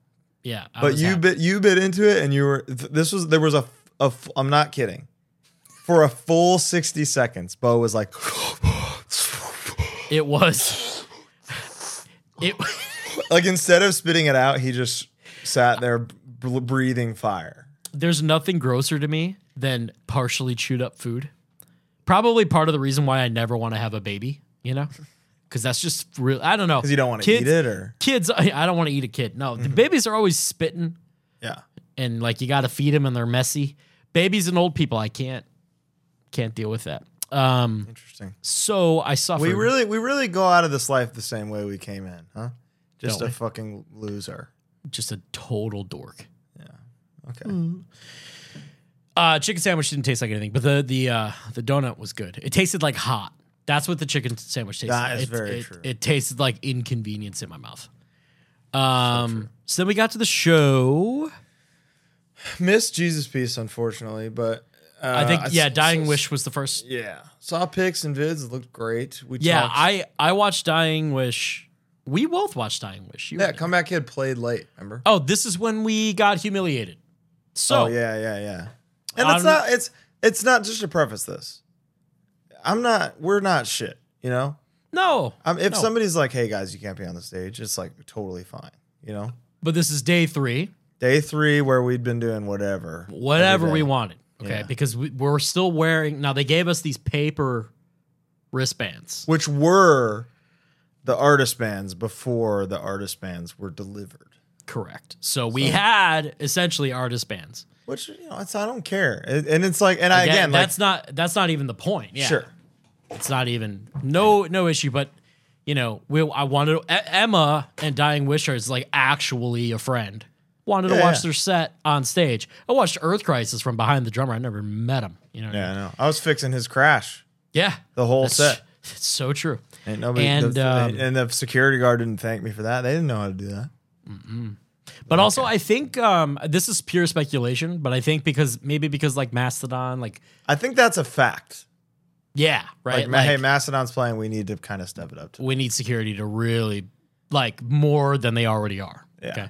Yeah, I
But
was
you
happy.
bit you bit into it and you were th- this was there was a, a f- I'm not kidding. For a full 60 seconds, Bo was like
it was it.
like instead of spitting it out, he just sat there b- breathing fire.
There's nothing grosser to me than partially chewed up food. Probably part of the reason why I never want to have a baby. You know, because that's just real. I don't know.
Cuz you don't want to eat it or
kids I, I don't want to eat a kid no
Mm-hmm.
the babies are always spitting
yeah.
and like you got to feed them and they're messy babies and old people i can't can't deal with that um
Interesting.
so i suffered
We really we really go out of this life the same way we came in, huh? Just
Don't
a
we?
fucking loser.
just a total dork
Okay.
uh chicken sandwich didn't taste like anything but the the uh the donut was good it tasted like hot that's what the chicken sandwich tasted
That is
it,
very
it,
true.
it tasted like inconvenience in my mouth um so, then we got to the show
Missed Jesus Peace, unfortunately, but uh,
i think yeah
s-
dying
s-
wish was the first
Yeah, saw pics and vids. It looked great. We
yeah
talked.
i i watched dying wish we both watched dying wish you
yeah.
read it.
Comeback Kid played late. Remember?
Oh, this is when we got humiliated. So
Oh, yeah, yeah, yeah. And
On-
it's not. It's it's not just to preface this. I'm not. We're not shit. You know.
no,
Um, if
No.
somebody's like, "Hey guys, you can't be on the stage," it's like totally fine. You know.
but this is day three.
Day three, where we'd been doing whatever,
Whatever
every
we
day.
wanted, okay,
Yeah.
because we, we're still wearing. Now they gave us these paper wristbands.
which were the artist bands before the artist bands were delivered.
Correct. So we had essentially artist bands.
Which you know, it's, I don't care, It- and it's like, and I,
Again,
again, like,
that's not that's not even the point. Yeah.
sure,
It's not even no no issue, but you know, we I wanted E- Emma and Dying Wish is like actually a friend. Wanted to
Yeah,
watch
yeah.
their set on stage. I watched Earth Crisis from behind the drummer. I never met him. You know. what I mean?
yeah, I know. I was fixing his crash
Yeah.
the whole
That's-
set,
It's so true.
and nobody,
and,
the,
um,
and the security guard didn't thank me for that. They didn't know how to do that.
But also, I think um, this is pure speculation. But I think because maybe because like Mastodon, like
I think that's a fact.
yeah, right.
Like, ma hey, Mastodon's playing. We need to kind of step it up. To
we need security to really like more than they already are.
Yeah.
Okay.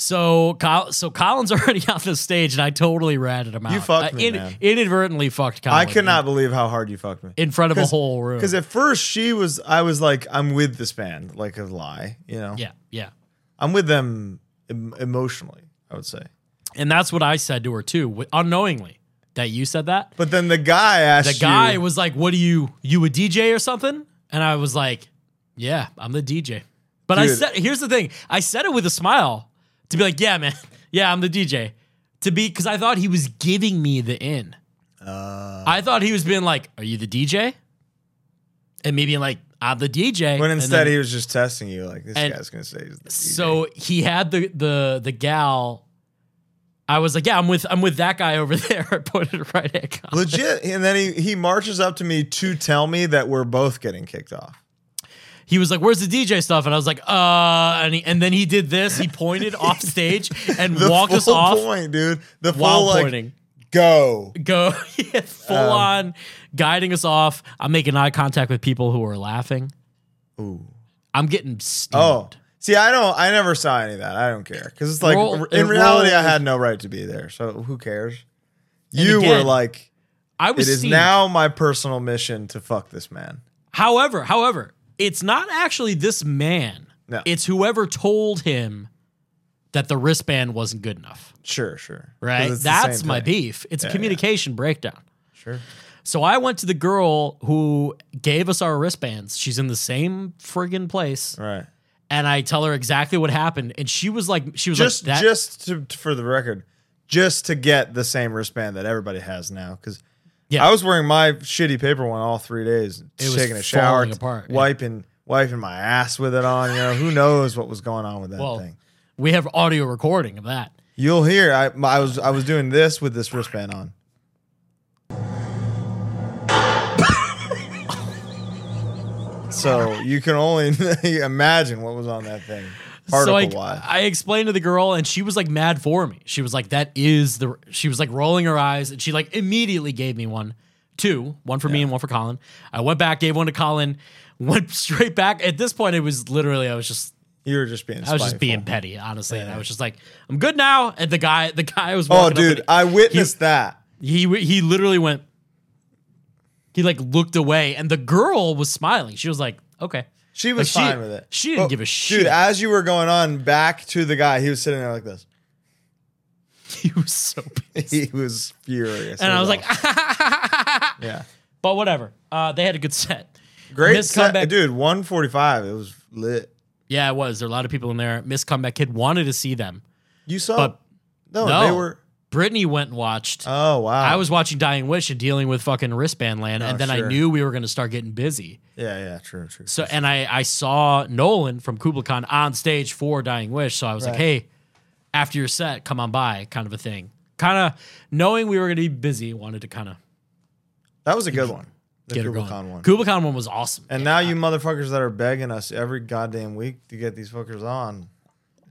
So, Col- so Colin's already on the stage, and I totally ratted him out.
fucked
I
me, man.
Inadvertently fucked Colin.
I could not believe how hard you fucked me.
in front of a
'Cause-
whole room.
Because at first she was, I was like, I'm with this band, like a lie, you know.
yeah, yeah,
I'm with them em- emotionally, I would say.
and that's what I said to her too, wi- unknowingly. That you said that.
But then the guy asked
The guy
you,
was like, "What do you you a DJ or something?" And I was like, "Yeah, I'm the DJ." But I
Dude.
said, "Here's the thing." I said it with a smile to be like, "Yeah, man. Yeah, I'm the DJ." To be cuz I thought he was giving me the in.
Uh.
I thought he was being like, "Are you the DJ?" And me being like, "I'm the DJ."
when
And
instead
then-
he was just testing you, like, this
and-
guy's going to say he's the DJ.
so he had the the the gal I was like, "Yeah, I'm with I'm with that guy over there." I pointed right at Colin.
Legit. And then he, he marches up to me to tell me that we're both getting kicked off.
he was like, "Where's the DJ stuff?" And I was like, "Uh," and, he, and then he did this. He pointed off stage and
The
walked us
full
off
point, dude. The full,
while
like, Um,
pointing.
go.
Go yeah, full on guiding us off. I'm making eye contact with people who are laughing.
Ooh.
I'm getting stoned.
Oh. See, I don't. I never saw any of that. I don't care because it's like
Roll-
in reality, I
roll-
had no right to be there. So who cares?
And
You were
again,
like,
I
it
was
is
seen.
now my personal mission to fuck this man.
However, however, it's not actually this man.
No.
It's whoever told him that the wristband wasn't good enough.
Sure, sure. 'Cause
Right?
it's the
That's
same
my
thing.
beef. It's a communication breakdown.
Sure.
So I went to the girl who gave us our wristbands. She's in the same friggin' place.
Right.
And I tell her exactly what happened. And she was like, she was
Just,
like, that,
just to, for the record, just to get the same wristband that everybody has now, because
Yeah.
I was wearing my shitty paper one all three days,
was
taking a shower,
falling apart, yeah.
wiping, wiping my ass with it on. You know, who knows what was going on with that
well,
thing.
we have audio recording of that.
You'll hear. I, my- I was I was doing this with this wristband on. so you can only imagine what was on that thing, particle
so
wise.
I, I explained to the girl and she was like mad for me. She was like, that is the, she was like rolling her eyes and she like immediately gave me one, two, one for me and one for Colin. I went back, gave one to Colin, went straight back. At this point, it was literally, I was just,
You were just being.
I was just
spiteful.
being petty, honestly. And I was just like, I'm good now. And the guy, the guy was.
Oh,
walking up
dude,
and
I witnessed that.
he he he literally went. He like looked away, and the girl was smiling. She was like, "Okay."
She was
Like, she-
fine with it.
she didn't give a shit.
Dude, as you were going on back to the guy, he was sitting there like this.
He was so. pissed.
He was furious.
And
It
I was like, "Ah!"
awesome. yeah,
but whatever. Uh, they had a good set.
great
Miss
set,
comeback-
dude. One forty-five. It was lit.
Yeah, it was. There were a lot of people in there. Miss Comeback Kid wanted to see them.
You saw?
But-
no,
no.
they were.
Brittany went and watched.
Oh wow.
I was watching Dying Wish and dealing with fucking wristband land, and then I
Oh, sure.
knew we were going to start getting busy.
Yeah, yeah, true, true.
So and I I saw Nolan from Kubla Khan on stage for Dying Wish. So I was like, hey, after your set, come on by, kind of a thing. Kind of knowing we were going to be busy, wanted to kind of
that was a good one. The
get
Kubla
her
Khan
going.
one.
Kubla Khan one was awesome.
and now you motherfuckers that are begging us every goddamn week to get these fuckers on,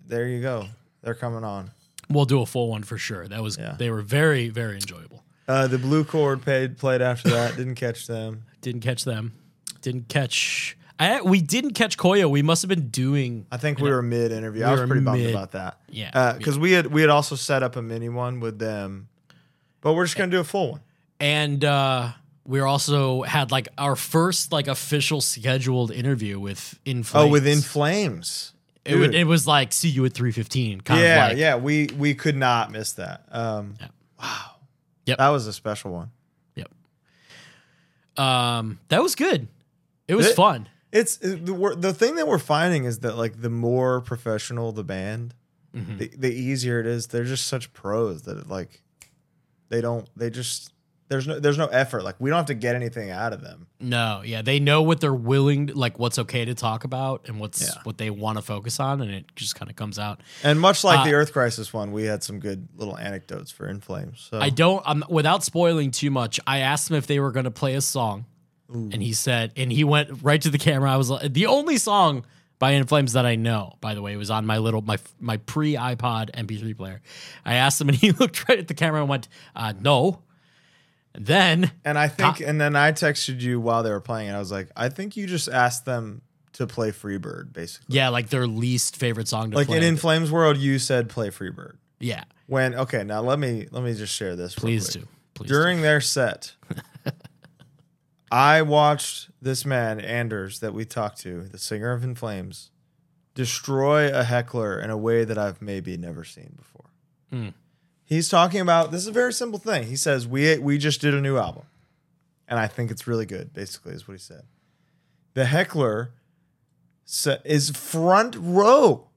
there you go. They're coming on.
we'll do a full one for sure. That was
Yeah.
they were very very enjoyable.
Uh, the blue chord paid, played after that. Didn't catch them.
Didn't catch them. Didn't catch. I, we didn't catch Koyo. We must have been doing.
I think we were mid interview.
we
I was
were
pretty bummed
mid-
about that.
Yeah,
because we had we had also set up a mini one with them, but we're just gonna do a full one.
and uh, we also had like our first like official scheduled interview with In
Oh,
Flames.
with In Flames.
It, would,
Dude.
it was like see you at three fifteen. Kind
yeah,
of like,
yeah. We we could not miss that. Um, Wow.
Yep.
That was a special one.
Um, that was good. It was
It-
fun.
It's it- the wor- the thing that we're finding is that like the more professional the band, the, the easier it is. They're just such pros that it, like they don't they just there's no there's no effort. Like we don't have to get anything out of them.
No, yeah, they know what they're willing, like what's okay to talk about and what's what they want to focus on, and it just kind of comes out.
And much like
Uh,
the Earth Crisis one, we had some good little anecdotes for In Flames. So
I don't. I'm without spoiling too much. I asked him if they were going to play a song, and he said, and he went right to the camera. I was like, the only song by In Flames that I know, by the way, was on my little my my pre iPod MP3 player. I asked him, and he looked right at the camera and went, uh, "No." And then
and I think and then I texted you while they were playing, and I was like, I think you just asked them to play Freebird, basically.
yeah, like their least favorite song to
like
play.
in In Flames world, you said play Freebird.
yeah,
When okay, now let me let me just share this. real
please
quick.
do. Please do.
During their set, I watched this man Anders that we talked to, the singer of In Flames, destroy a heckler in a way that I've maybe never seen before.
Mm.
He's talking about this is a very simple thing. He says we we just did a new album, and I think it's really good. Basically, is what he said. The heckler sa- is front row,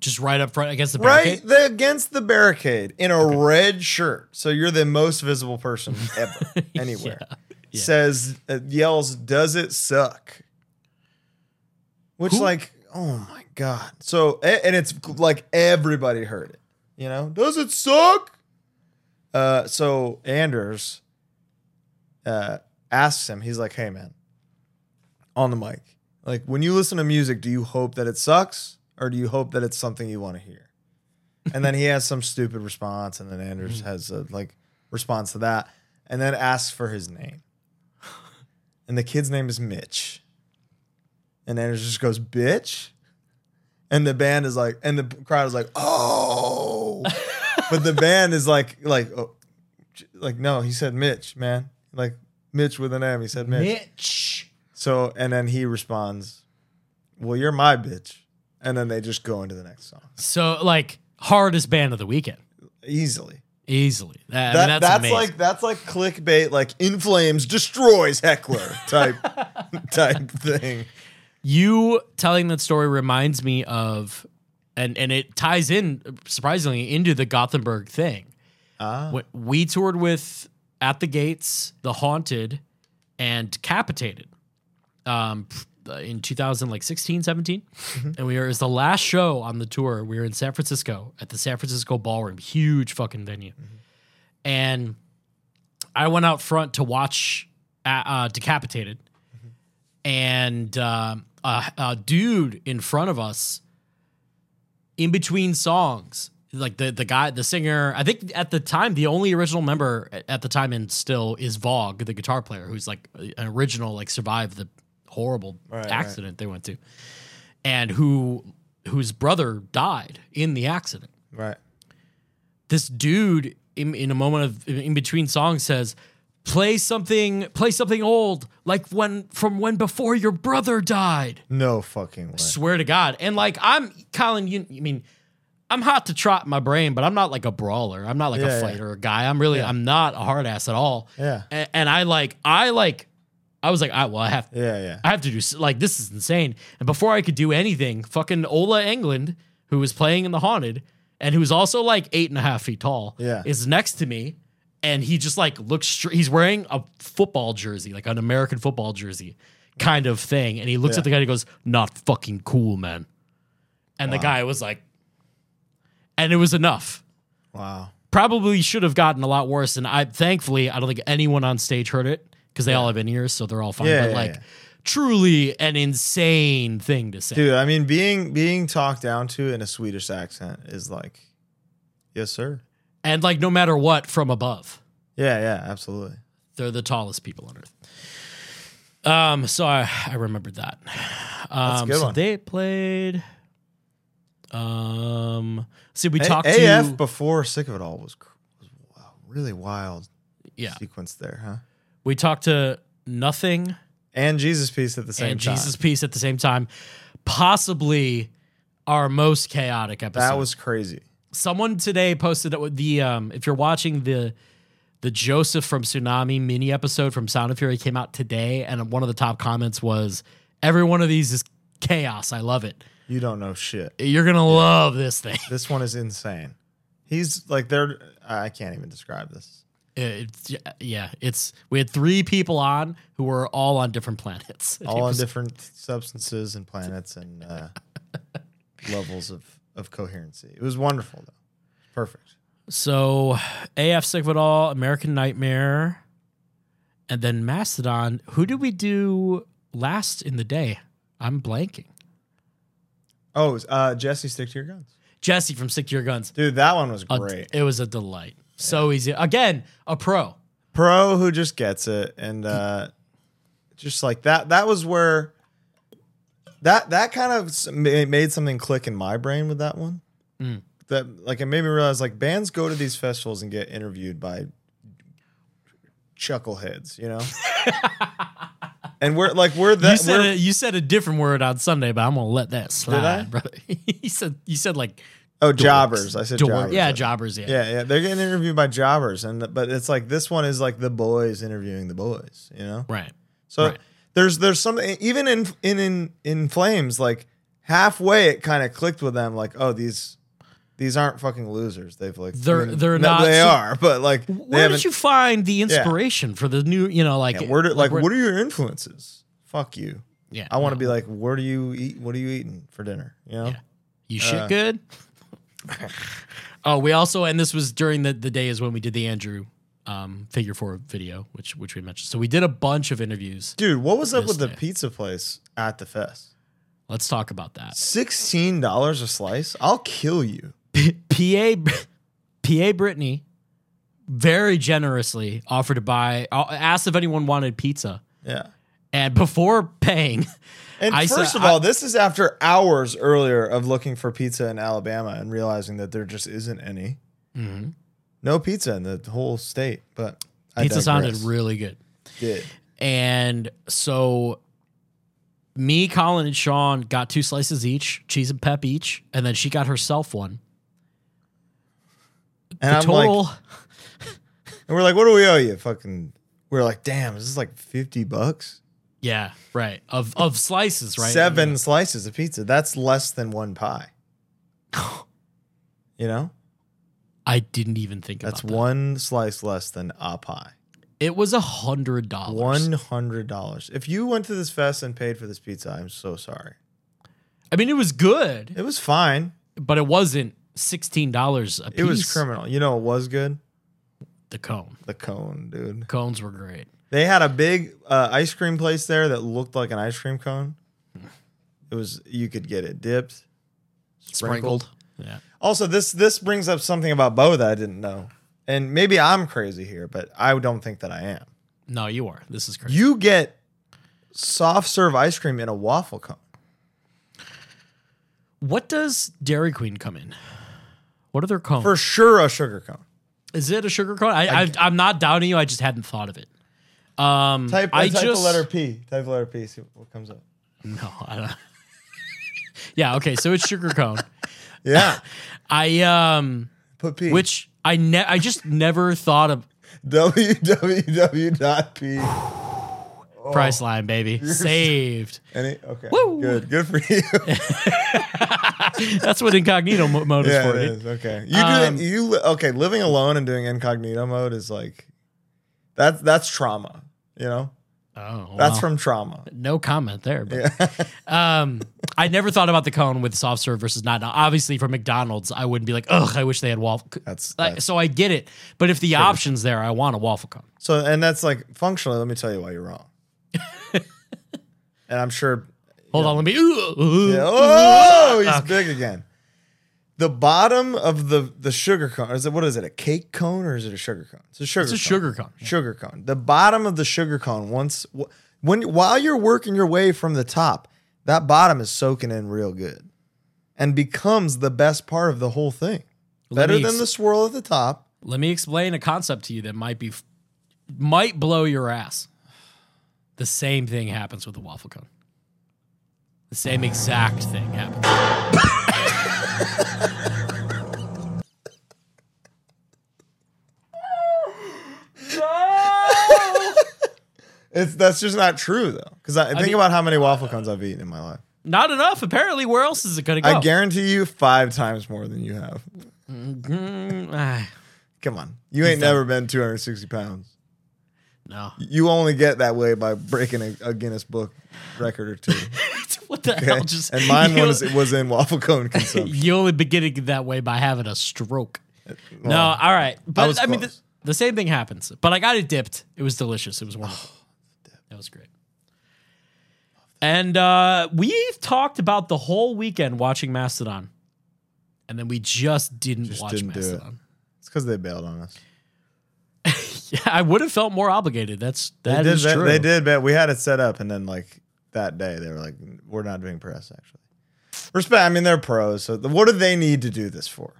just right up front against the
right
barricade.
the, against the barricade in a red shirt. So you're the most visible person ever anywhere
Yeah. Yeah.
says uh, yells does it suck which
Who-
like oh my god so a- and it's like everybody heard it you know does it suck uh so anders uh asks him he's like hey man on the mic like when you listen to music do you hope that it sucks or do you hope that it's something you want to hear and then he has some stupid response and then anders has a like response to that and then asks for his name and the kid's name is mitch and anders just goes bitch and the band is like and the crowd is like oh but the band is like like oh, j- like no he said mitch man like mitch with an m he said mitch
Mitch.
so and then he responds well you're my bitch and then they just go into the next song
So like hardest band of the weekend.
easily
Easily. That,
That-
I mean, that's,
that's
amazing.
like that's like clickbait, like in flames destroys heckler type type thing.
you telling that story reminds me of and and it ties in surprisingly into the Gothenburg thing. When- we toured with At the Gates, The Haunted, and Capitated. Um in 2000 like 16 17 and we were it was the last show on the tour we were in san francisco at the san francisco ballroom huge fucking venue and i went out front to watch uh, uh, decapitated and um, a, a dude in front of us in between songs like the the guy the singer i think at the time the only original member at- at the time and still is vogue the guitar player who's like uh, an original like survived the horrible accident they went to and who whose brother died in the accident
Right.
this dude in, in a moment of in between songs says play something play something old like when from when before your brother died
No fucking way.
swear to god and like i'm colin you i mean i'm hot to trot in my brain but i'm not like a brawler i'm not like
Yeah,
a
yeah.
fighter or guy i'm really i'm not a hard ass at all
Yeah.
A- and, i like i like i was like i well i have
Yeah, yeah.
I have to do s- like this is insane. And before I could do anything, fucking Ola England, who was playing in the haunted and who's also like eight and a half feet tall,
Yeah.
is next to me, and he just like looks. Str- he's wearing a football jersey, like an American football jersey kind of thing, and he looks at the guy and he goes, "Not fucking cool, man." And the guy was like, and it was enough.
Wow.
Probably should have gotten a lot worse, and I thankfully I don't think anyone on stage heard it because they all have in ears, so they're all fine.
Yeah,
but
yeah,
like,
yeah.
truly an insane thing to say.
Dude, I mean being being talked down to in a Swedish accent is like Yes, sir.
And like, no matter what, from above,
Yeah, yeah, absolutely.
they're the tallest people on earth. Um, so I, I remembered that. Um,
a good
so
one.
they played. Um, see, we
A-
talked
AF
to
before Sick of It All was, cr- was wow, really wild
yeah,
sequence there, huh?
we talked to nothing
And Jesus Piece at the same
and
time.
Jesus Peace at the same time. Possibly our most chaotic episode.
that was crazy.
someone today posted that with the um if you're watching the the Joseph from Tsunami mini episode from Sound of Fury came out today and one of the top comments was every one of these is chaos. I love it.
You don't know shit.
You're going to love this thing.
This one is insane. He's like they're I can't even describe this.
It's, yeah, it's we had three people on who were all on different planets. It
All on
was-
different substances and planets and uh, levels of of coherency. It was wonderful though. Perfect.
So, AF Sick of It All, American Nightmare, and then Mastodon. Who did we do last in the day? I'm blanking.
Oh, it was, uh, Jesse, stick to your guns,
Jesse from Stick to Your Guns.
dude. That one was
A-
great.
It was a delight. So easy. Again, a pro.
Pro who just gets it and uh, just like that. That was where that that kind of s- ma- made something click in my brain with that one.
Mm.
That like it made me realize like bands go to these festivals and get interviewed by chuckleheads, you know. and we're like we're
you
that
said
we're,
a, you said a different word on Sunday, but I'm gonna let that slide,
I?
brother. you said you said like
oh jobbers. I said
dork-
jobbers.
Yeah,
I-
jobbers. Yeah.
Yeah, yeah, they're getting interviewed by jobbers, and but it's like this one is like the boys interviewing the boys, you know.
right.
So
Right.
there's there's something even in in in in flames like halfway it kind of clicked with them like oh these these aren't fucking losers they've like
They're- they're
no,
not-
they
so-
are but like they
Where
haven't-
did you find the inspiration for the new? You know, like
yeah, where do, like
where-
what are your influences fuck you
Yeah,
I want to be like where do you eat what are you eating for dinner you know
Yeah. You shit
uh,
good? oh, we also and this was during the the days when we did the Andrew um figure four video, which which we mentioned. So we did a bunch of interviews.
dude what was up
Yes,
with the
man.
pizza place at the fest
Let's talk about that.
sixteen dollars a slice I'll kill you
PA Br- PA Brittany very generously offered to buy uh, asked if anyone wanted pizza.
yeah
And before paying,
And
I
first
saw-
of all, this is after hours earlier of looking for pizza in Alabama and realizing that there just isn't any.
Mhm.
No pizza in the whole state, but I
pizza sounded
digress.
really good.
Did.
And so me, Colin, and Sean got two slices each, cheese and pep each, and then she got herself one.
And
the
I'm
total
like, and we're like, what do we owe you? Fucking, we're like, damn, is this like fifty bucks?
Yeah, right. Of of slices, right?
Seven slices of pizza. That's less than one pie. you know,
I didn't even think
that's
about
one slice less than a pie.
that. It was a hundred dollars.
One hundred dollars. If you went to this fest and paid for this pizza, I'm so sorry.
I mean, it was good,
It was fine.
but it wasn't sixteen dollars a piece.
It was criminal. You know what was good?
The cone.
The cone, dude.
Cones were great.
They had a big uh, ice cream place there that looked like an ice cream cone. It was you could get it dipped, sprinkled.
Yeah.
Also, this this brings up something about Bo that I didn't know. And maybe I'm crazy here, but I don't think that I am.
No, you are. This is crazy.
You get soft serve ice cream in a waffle cone.
what does Dairy Queen come in? What are their cones?
For sure a sugar cone.
is it a sugar cone? I, I I'm not doubting you. I just hadn't thought of it. Um,
Type,
I
I type
just
the letter P. Type the letter P, see what comes up.
no. I don't. yeah. Okay. So it's sugar cone.
Yeah.
I um.
Put P.
which I ne- I just never thought of
www.p. Oh.
Priceline, baby. Saved.
Any okay.
Woo!
Good. Good for you.
That's what incognito mo- mode is
yeah,
for.
it
dude.
is. Okay. You
Um,
do you li- okay, living alone and doing incognito mode is like that's that's trauma, you know?
Oh,
That's
wow.
from trauma.
no comment there. But, um, I never thought about the cone with soft serve versus not. Now, obviously, for McDonald's, I wouldn't be like, ugh, I wish they had waffle. co-"
That's,
Like,
that's
so I get it, but if the options there, I want a waffle cone.
so and that's like functionally, let me tell you why you're wrong. and I'm sure
Hold on, let me. ooh, ooh,
Yeah,
ooh.
oh he's big again. The bottom of the the sugar cone is it what is it, a cake cone or is it a sugar cone? It's a sugar
It's a
cone.
sugar cone.
sugar cone. The bottom of the sugar cone once wh- when while you're working your way from the top, that bottom is soaking in real good and becomes the best part of the whole thing.
Let
Better
me
than
ex-
the swirl at the top.
Let me explain a concept to you that might be, f- might blow your ass. The same thing happens with the waffle cone. The same exact thing happens.
It's that's just not true though. Cuz I, think
mean-
about how many waffle cones I've eaten in my life.
Not enough, apparently. Where else is it going to go?
I guarantee you five times more than you have.
Mm, ah,
Come on. You ain't never been 260 pounds.
no.
You only get that way by breaking a, a Guinness Book record or two.
what the
okay?
hell? Just
and mine
you-
was was in waffle cone consumption.
You only begin to get that way by having a stroke. no,
Well,
all right, but I,
was
mean, the,
close.
the same thing happens. But I got it dipped. It was delicious. It was wonderful. that was great. And uh, we've talked about the whole weekend watching Mastodon, and then we just didn't
Just
watch
didn't do it.
Mastodon.
It's because they bailed on us.
Yeah, I would have felt more obligated. That's
They
that
did,
is
ba-
true.
they did, but we had it set up, and then like that day, they were like, "We're not doing press." Actually, respect. I mean, they're pros. So th- what do they need to do this for?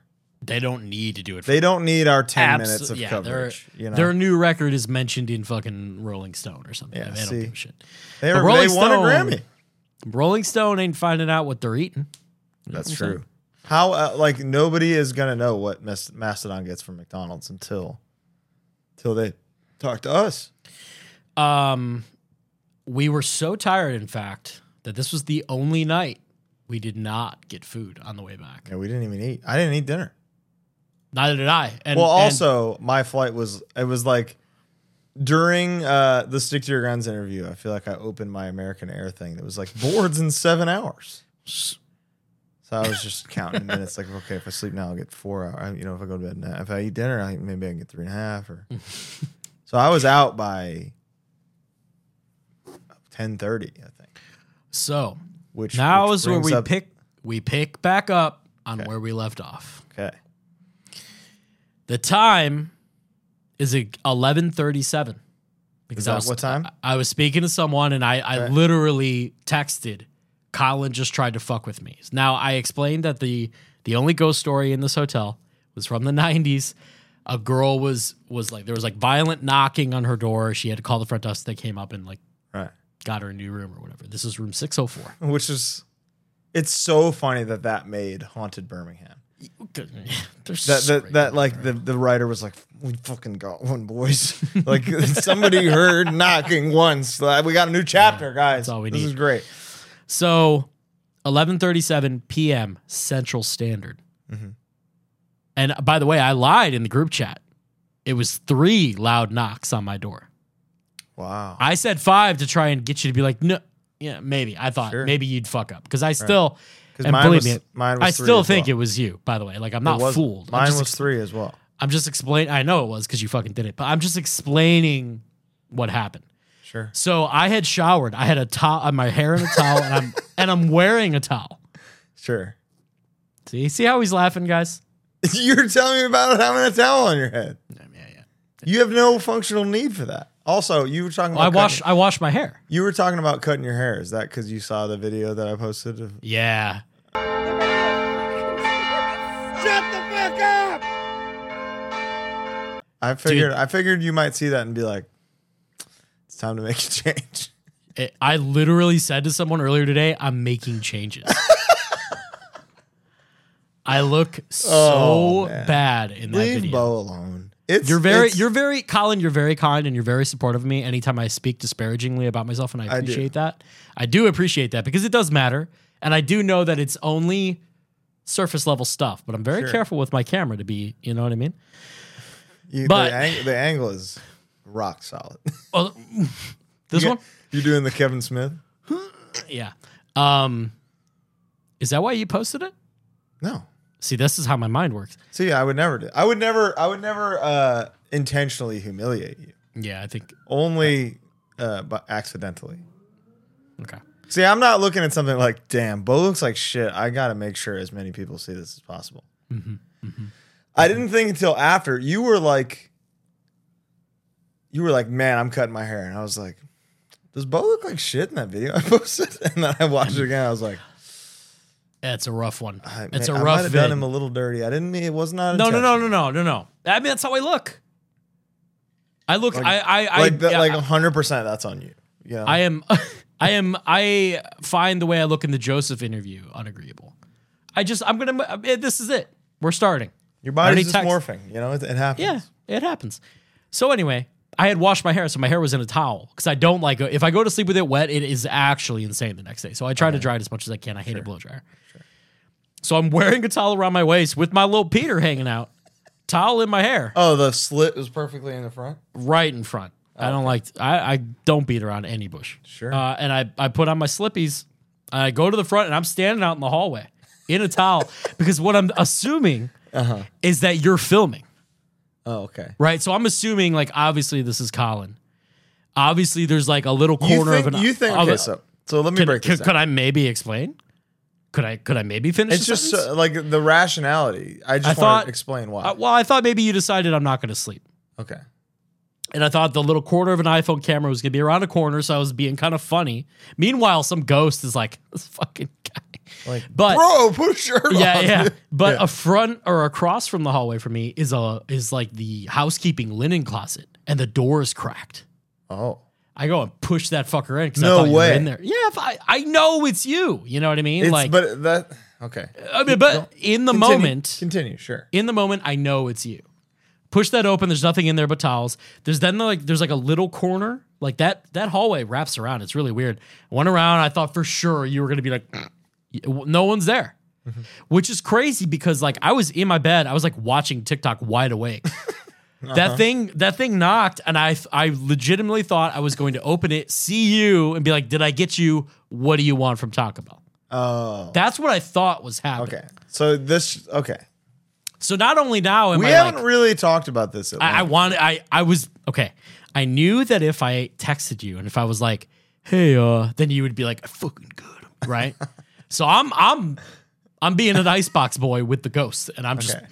They don't need to do it.
They don't need our ten
Abso-
minutes of
yeah,
coverage.
Their,
you know,
their new record is mentioned in fucking Rolling Stone or something.
Yeah,
they don't
see.
give a shit.
they,
the
were,
Rolling
they won a
Stone-
Grammy.
Rolling Stone ain't finding out what they're eating.
That's true. How uh, like nobody is gonna know what Mas- Mastodon gets from McDonald's until, until they talk to us.
Um, we were so tired, in fact, that this was the only night we did not get food on the way back.
Yeah, we didn't even eat. I didn't eat dinner.
Neither did I. And,
well,
and-
also my flight was it was like during uh, the Stick to Your Guns interview. I feel like I opened my American Air thing that was like boards in seven hours. So I was just counting minutes, like okay, if I sleep now, I'll get four hours. You know, if I go to bed now, if I eat dinner, I, maybe I can get three and a half. Or so I was out by ten thirty, I think.
so
Which
now
which
is where
brings
we
up-
pick we pick back up on where we left off.
Okay,
The time is eleven thirty seven. Because
that what time?
I, I was speaking to someone and I, I literally texted. Colin just tried to fuck with me. Now I explained that the the only ghost story in this hotel was from the nineties. A girl was was like there was like violent knocking on her door. She had to call the front desk. They came up and like
right.
got her a new room or whatever. This is room six oh four.
Which is, it's so funny that that made haunted Birmingham. that that, that like the, the writer was like we fucking got one boys like somebody heard knocking once like, we got a new chapter guys
all we
this
need.
is great
So, 11:37 p.m. Central Standard.
Mm-hmm.
And uh, by the way, I lied in the group chat. It was three loud knocks on my door.
wow
I said five to try and get you to be like, no, yeah, maybe. I thought
Sure.
maybe you'd fuck up because I still, and
mine
believe
was-
me,
mine was
I
three
still
as
think
well.
it was you. By the way, like I'm not
It wasn't.
fooled. I'm
mine
just
was
ex-
three as well
I'm just explaining. I know it was because you fucking did it, but I'm just explaining what happened.
sure
So I had showered. I had a towel, uh, my hair in a towel, and I'm and I'm wearing a towel.
sure
See, see how he's laughing, guys.
you're telling me about having a towel on your head
yeah, yeah.
you have no functional need for that also you were talking about
I
cutting-
wash, I wash my hair.
you were talking about cutting your hair is that because you saw the video that I posted of
Yeah.
I figured I figured you might see that and be like it's time to make a change
It- I literally said to someone earlier today, I'm making changes. I look so
Oh, man.
bad in that
leave
video.
Bo alone it's
You're very,
it's-
you're very, Colin. You're very kind, and you're very supportive of me. Anytime I speak disparagingly about myself, and
do.
I appreciate that. I do appreciate that because it does matter, and I do know that it's only surface level stuff. But I'm very careful with my camera to be, you know what I mean.
You,
But-
the, ang- the angle is rock solid.
Oh, this one,
You're doing the Kevin Smith?
yeah. Um, is that why you posted it?
No.
See, this is how my mind works.
See, I would never do. I would never. I would never uh, intentionally humiliate you.
Yeah, I think.
Only, uh, but accidentally.
Okay.
See, I'm not looking at something like, "Damn, Bo looks like shit." I gotta make sure as many people see this as possible.
Mm-hmm,
I didn't think until after you were like, you were like, "Man, I'm cutting my hair," and I was like, "Does Bo look like shit in that video I posted?" And then I watched it again. I was like.
That's a rough one.
I-
it's
man,
a
I might
rough.
have done
vid.
him a little dirty. I didn't mean it was not.
No, no, no,
intentional.
no, no, no, no. I mean, that's how I look. I look. I, I, I,
Like that,
yeah,
like hundred percent. That's on you. Yeah,
I am I am I find the way I look in the Joseph interview unagreeable. I just I'm gonna uh, this is it. We're starting.
your
already
body's just
text-
morphing. You know, it, it happens.
Yeah, it happens. So anyway, I had washed my hair, so my hair was in a towel because I don't like if I go to sleep with it wet, it is actually insane the next day. So I try to dry it as much as I can. I hate a blow dryer. So I'm wearing a towel around my waist with my little Peter hanging out, towel in my hair,
Oh, the slit was perfectly in the front.
right in front. I don't like I, I don't beat around any bush.
Sure.
Uh, and I I put on my slippies. And I go to the front and I'm standing out in the hallway in a towel because what I'm assuming
Uh-huh.
is that you're filming.
Oh, okay.
Right. So I'm assuming, like, obviously this is Colin. Obviously, there's like a little
You
corner
think?
of an.
you think?
of
Okay,
a-
so so let me
could,
break this
could,
down.
could I maybe explain? Could I? Could I maybe finish?
It's
the
just
sentence?
uh, like the rationality. I just
I
want
thought-
to explain why.
Uh, well, I thought maybe you decided I'm not going to sleep,
okay.
and I thought the little corner of an iPhone camera was going to be around a corner, so I was being kind of funny. Meanwhile, some ghost is like this fucking guy.
Like,
But
bro, put a shirt on.
yeah, yeah. But
Yeah.
a front or across from the hallway from me is a is like the housekeeping linen closet, and the door is cracked.
Oh,
I go and push that fucker in because
No
I thought you were
way.
in there. Yeah, if I, I know it's you. You know what I mean?
it's
like,
but that okay.
I mean, but in the
Continue-
moment,
continue. Sure.
in the moment, I know it's you. Push that open. There's nothing in there but towels. There's then like there's like a little corner like that. That hallway wraps around. It's really weird. I went around. I thought for sure you were gonna be like, no one's there,
Mm-hmm.
which is crazy because like I was in my bed. I was like watching TikTok wide awake.
Uh-huh.
That thing, that thing knocked, and I, I legitimately thought I was going to open it, see you, and be like, "Did I get you? What do you want from Taco Bell?"
Oh,
That's what I thought was happening.
okay. So this okay.
So not only now am
We
I like,
haven't really talked about this. At
I, I
length.
wanted I I was okay. I knew that if I texted you and if I was like, hey uh, then you would be like, fucking good, right? so I'm I'm I'm being an icebox boy with the ghost and I'm just
Okay.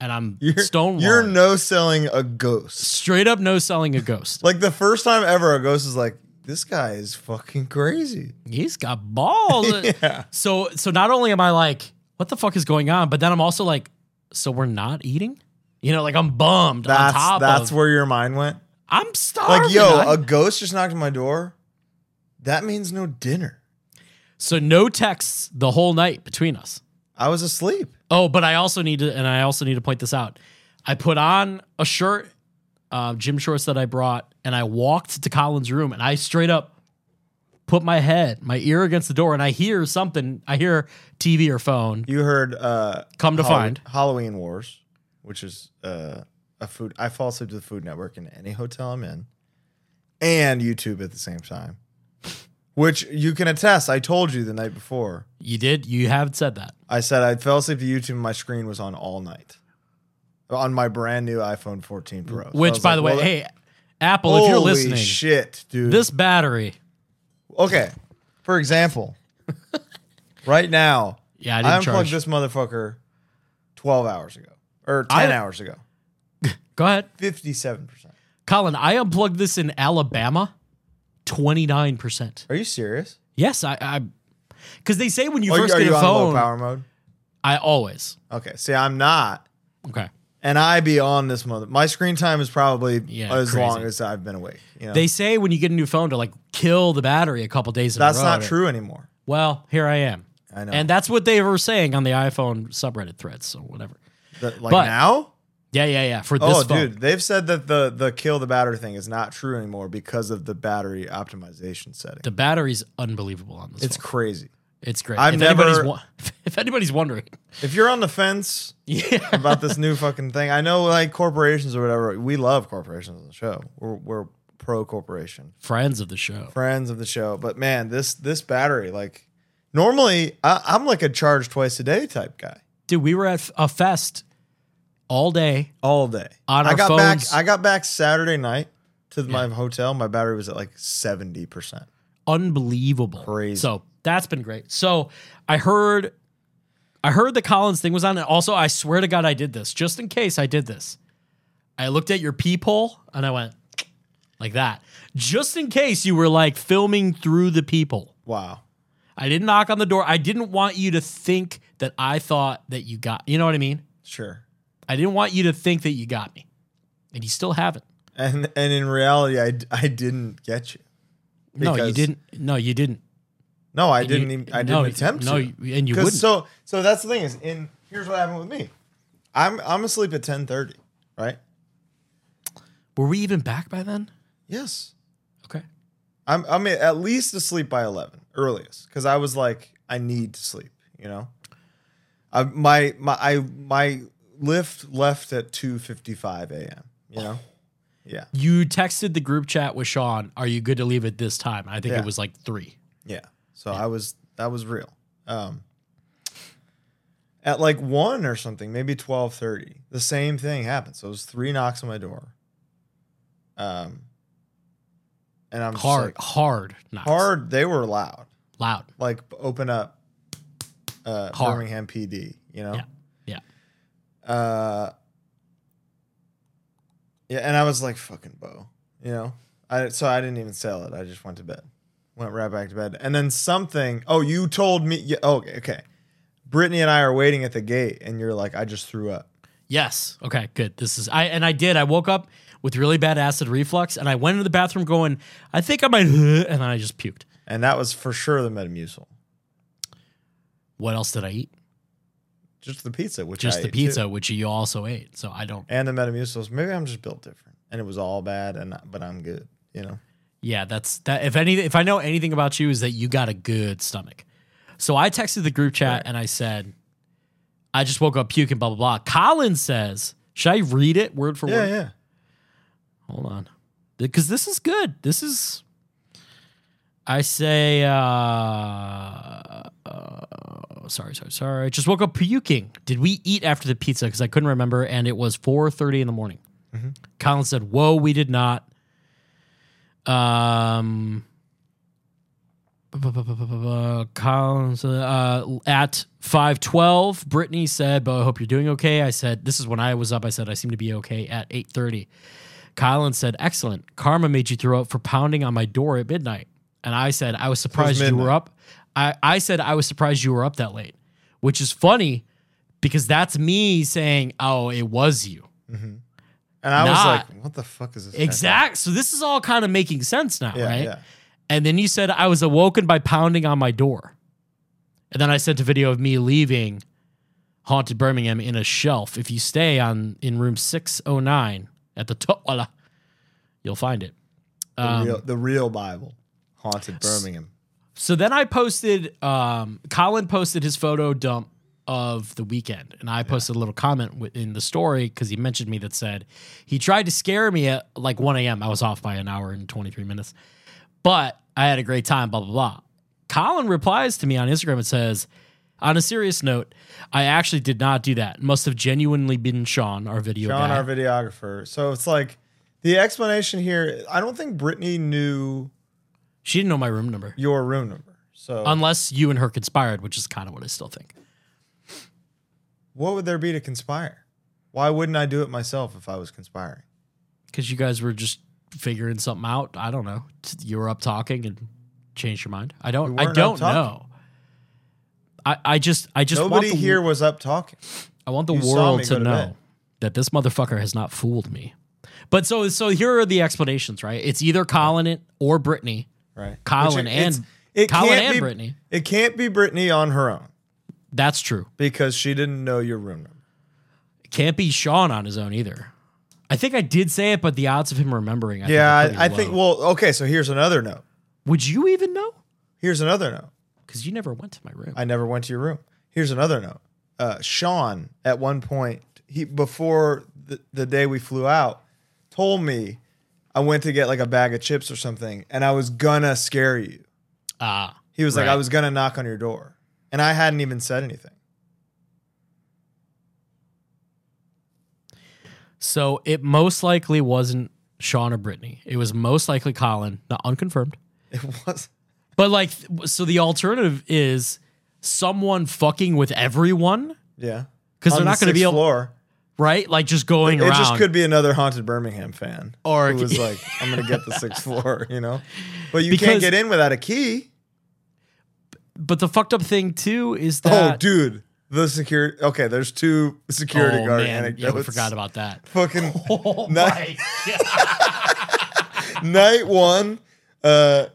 and I'm
You're-
stone
You're no selling a ghost.
straight up no selling a ghost.
Like the first time ever, a ghost is like, "This guy is fucking crazy."
He's got balls. So so not only am I like, what the fuck is going on, but then I'm also like, so we're not eating? You know, like I'm bummed on
That's
top
that's
of
where your mind went.
I'm starving.
Like, yo,
I-
a ghost just knocked on my door. That means no dinner.
so no texts the whole night between us.
I was asleep.
Oh, but I also need to, and I also need to point this out. I put on a shirt, uh, gym shorts that I brought, and I walked to Colin's room, and I straight up put my head, my ear against the door, and I hear something. I hear TV or phone.
You heard uh
Come to
Hall-
find.
Halloween Wars, which is uh a food I fall asleep to the Food Network in any hotel I'm in and YouTube at the same time. Which you can attest, I told you the night before.
You did. You have said that.
I said I fell asleep to YouTube and my screen was on all night. On my brand new iPhone 14 Pro. So I
Which,
was
by
like,
the way,
well,
hey, Apple, if you're
holy
listening,
shit, dude.
this battery.
Okay. For example, right now,
Yeah, I
I,
didn't
unplugged
charge.
this motherfucker 12 hours ago or 10
I-
hours ago.
Go ahead,
57%.
Colin. I unplugged this in Alabama. Twenty nine percent.
Are you serious?
Yes, I. I because they say when you
Are you,
first
are
get
you
a
on low
phone,
power mode?
I always
Okay. See, I'm not.
okay.
And I be on this mother. My screen time is probably
Yeah,
as
crazy.
long as I've been awake. You know?
They say when you get a new phone to like kill the battery a couple days. In a
That's
row.
not true anymore.
Well, here I am,
I know.
and that's what they were saying on the iPhone subreddit threads. So whatever.
The- like
but-
now?
Yeah, yeah, yeah. For this
Oh,
phone,
dude. They've said that the, the kill the battery thing is not true anymore because of the battery optimization setting.
the battery's unbelievable on this.
it's
It's
crazy.
it's great.
I've
if anybody's
never-
wa- if anybody's wondering,
If you're on the fence,
yeah,
about this new fucking thing. I know like corporations or whatever. We love corporations on the show. We're, we're pro corporation,
friends of the show.
friends of the show. But man, this this battery like normally I, I'm like a charge twice a day type guy
Dude, we were at a fest all day.
all day.
On
I
our
got
phones.
back. I got back Saturday night to my hotel. My battery was at like seventy percent.
unbelievable.
Crazy.
So that's been great. So I heard, I heard the Collins thing was on, and also I swear to God I did this just in case I did this. I looked at your peephole and I went like that, just in case you were like filming through the peephole.
Wow.
I didn't knock on the door. I didn't want you to think that I thought that you got. You know what I mean?
Sure.
I didn't want you to think that you got me, and you still haven't.
And and in reality, I I didn't get you.
no, you
Because-
didn't. No, you didn't.
No, I
And
didn't.
you-
even, I
no,
didn't attempt
no,
to.
you- and you
'Cause
wouldn't.
So, so that's the thing is, in here's what happened with me. I'm I'm asleep at ten thirty, right?
Were we even back by then?
Yes.
Okay.
I'm I'm at least asleep by eleven earliest because I was like I need to sleep. You know, I my my I my lift left at two fifty five a.m. You know, yeah,
You texted the group chat with Sean, are you good to leave at this time? I think
Yeah.
it was like three.
yeah. So I was that was real. Um, at like one or something, maybe twelve thirty, the same thing happened. So it was three knocks on my door. Um, and I'm just
Hard,
like,
hard, not
hard. They were loud.
loud.
like open up uh
Hard.
Birmingham PD, you know?
Yeah. Yeah.
Uh Yeah, and I was like fucking Bo, you know? I so I didn't even sell it. I just went to bed. Went right back to bed. And then something, oh, you told me yeah, oh, okay, okay. Brittany and I are waiting at the gate and you're like I just threw up.
Yes. Okay, good. This is I and I did. I woke up with really bad acid reflux and I went into the bathroom going, I think I might and then I just puked.
And that was for sure the Metamucil.
What else did I eat?
Just the pizza, which
Just
I
the
ate, too.
pizza, which you also ate. So I don't
and the Metamucils. Maybe I'm just built different. And it was all bad and but I'm good, you know.
Yeah, that's that. If any, if I know anything about you, is that you got a good stomach. So I texted the group chat and I said, I just woke up puking, blah blah blah. Colin says, should I read it word for
Yeah,
word?
yeah.
Hold on, because this is good. This is. I say, uh, uh, sorry, sorry, sorry. Just woke up puking. Did we eat after the pizza? Because I couldn't remember, and it was four thirty in the morning. Colin said, "Whoa, we did not." Um, bu- bu- bu- bu- bu- bu- Colin said, uh, at five twelve, Brittany said, "But I hope you're doing okay." I said, "This is when I was up." I said, "I seem to be okay." At eight thirty, Colin said, "Excellent. Karma made you throw up for pounding on my door at midnight." And I said, "I was surprised you were
midnight.
up." I, I said, "I was surprised you were up that late," which is funny because that's me saying, "Oh, it was you."
And I
Not-
was like, what the fuck is this? guy
Exact. So this is all kind of making sense now,
Yeah,
right?
yeah.
And then you said I was awoken by pounding on my door. And then I sent a video of me leaving Haunted Birmingham in a shelf. If you stay on in room 609 at the Toala, you'll find it.
doing?" The,
Um,
real, the real Bible, haunted Birmingham.
So then I posted, um, Colin posted his photo dump of the weekend, and I posted a little comment wi- in the story because he mentioned me that said he tried to scare me at like 1 a.m. I was off by an hour and 23 minutes, but I had a great time, blah, blah, blah. Colin replies to me on Instagram and says, on a serious note, I actually did not do that. Must have genuinely been Sean, our video
John,
guy.
our videographer. So it's like the explanation here. I don't think Brittany knew
she didn't know my room number,
your room number. So
unless you and her conspired, which is kind of what I still think.
what would there be to conspire? Why wouldn't I do it myself if I was conspiring?
because you guys were just figuring something out. I don't know. T- You were up talking and changed your mind. I don't.
We
I
weren't
don't
up
know. I, I just I just
Nobody
want the,
here was up talking.
I want the
you saw
world
me
to
go to
know
bed.
that this motherfucker has not fooled me. But so so here are the explanations, right? It's either Colin it or Brittany,
Right.
Colin
Which
and
it's- it
Colin
can't
and
be-
Brittany.
It can't be Brittany on her own
That's true.
because she didn't know your room number.
Can't be Sean on his own either. I think I did say it, but the odds of him remembering. I
yeah,
think are
I, I
pretty
think.
low.
Well, okay. So here's another note.
Would you even know?
Here's another note.
Because you never went to my room.
I never went to your room. Here's another note. Uh, Sean, at one point, he before the, the day we flew out, told me I went to get like a bag of chips or something, and I was gonna scare you.
Ah,
He was like,
Right.
I was gonna knock on your door, and I hadn't even said anything.
So it most likely wasn't Sean or Brittany. It was most likely Colin, not unconfirmed.
It was
But like, th- so the alternative is someone fucking with everyone,
yeah,
'Cause they're
On the
not gonna be
sixth
able-
floor.
right? Like just going
It
around.
just could be another haunted Birmingham fan,
Or-
who was like, I'm gonna get the sixth floor, you know, but you
Because-
can't get in without a key.
But the fucked up thing too is that.
Oh, dude. The security. Okay, there's two security
Oh,
guard
man.
anecdotes.
Yeah, we forgot about that.
fucking
Oh
night,
my God.
night one, uh,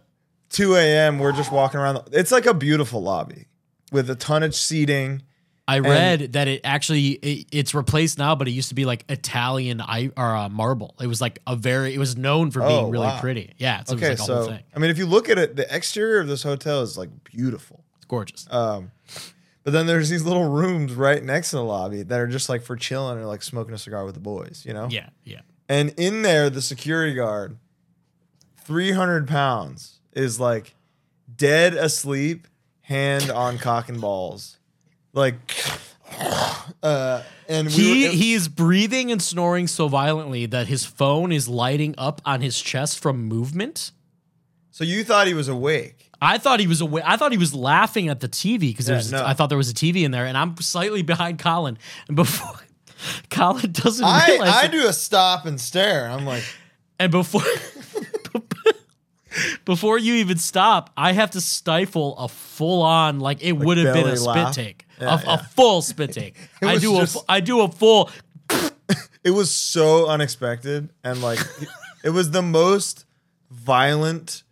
2 a.m. We're just walking around. It's like a beautiful lobby with a tonnage seating.
I read that it actually it, it's replaced now, but it used to be like Italian I, or uh, marble. It was like a very it was known for being
Oh,
really
wow.
pretty. Yeah, so
okay,
it was like a whole
so
thing.
I mean, if you look at it, the exterior of this hotel is like beautiful.
It's gorgeous.
Um, but then there's these little rooms right next to the lobby that are just like for chilling or like smoking a cigar with the boys, you know?
yeah, yeah.
And in there, the security guard, 300 pounds, is like dead asleep, hand on cock and balls. Like, uh, and we
He
were-
he is breathing and snoring so violently that his phone is lighting up on his chest from movement.
so you thought he was awake.
I thought he was away. I thought he was laughing at the TV because
Yeah,
there's.
no.
I thought there was a TV in there, and I'm slightly behind Colin. And before Colin doesn't
I,
realize,
I
it.
do a stop and stare. and I'm like,
and before before you even stop, I have to stifle a full on like it would have been
belly
a spit
laugh?
take,
Yeah,
a,
yeah.
a full spit take.
It
I
was
do
just-
a fu- I do a full.
it was so unexpected and like it was the most violent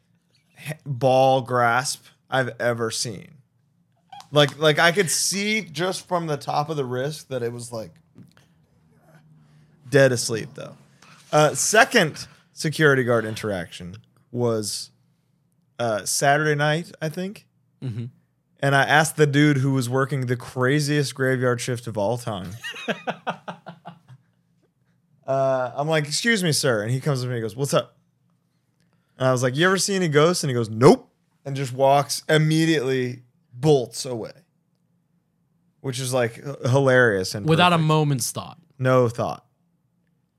he- ball grasp I've ever seen. Like like I could see just from the top of the wrist that it was like dead asleep though. Uh, second security guard interaction was uh, Saturday night, I think.
Mm-hmm.
And I asked the dude who was working the craziest graveyard shift of all time. uh, I'm like, excuse me, sir. And he comes to me and he goes, What's up? And I was like, You ever see any ghosts? And he goes, Nope. And just walks immediately, bolts away, which is like h- hilarious. And
Without
perfect
a moment's thought,
no thought.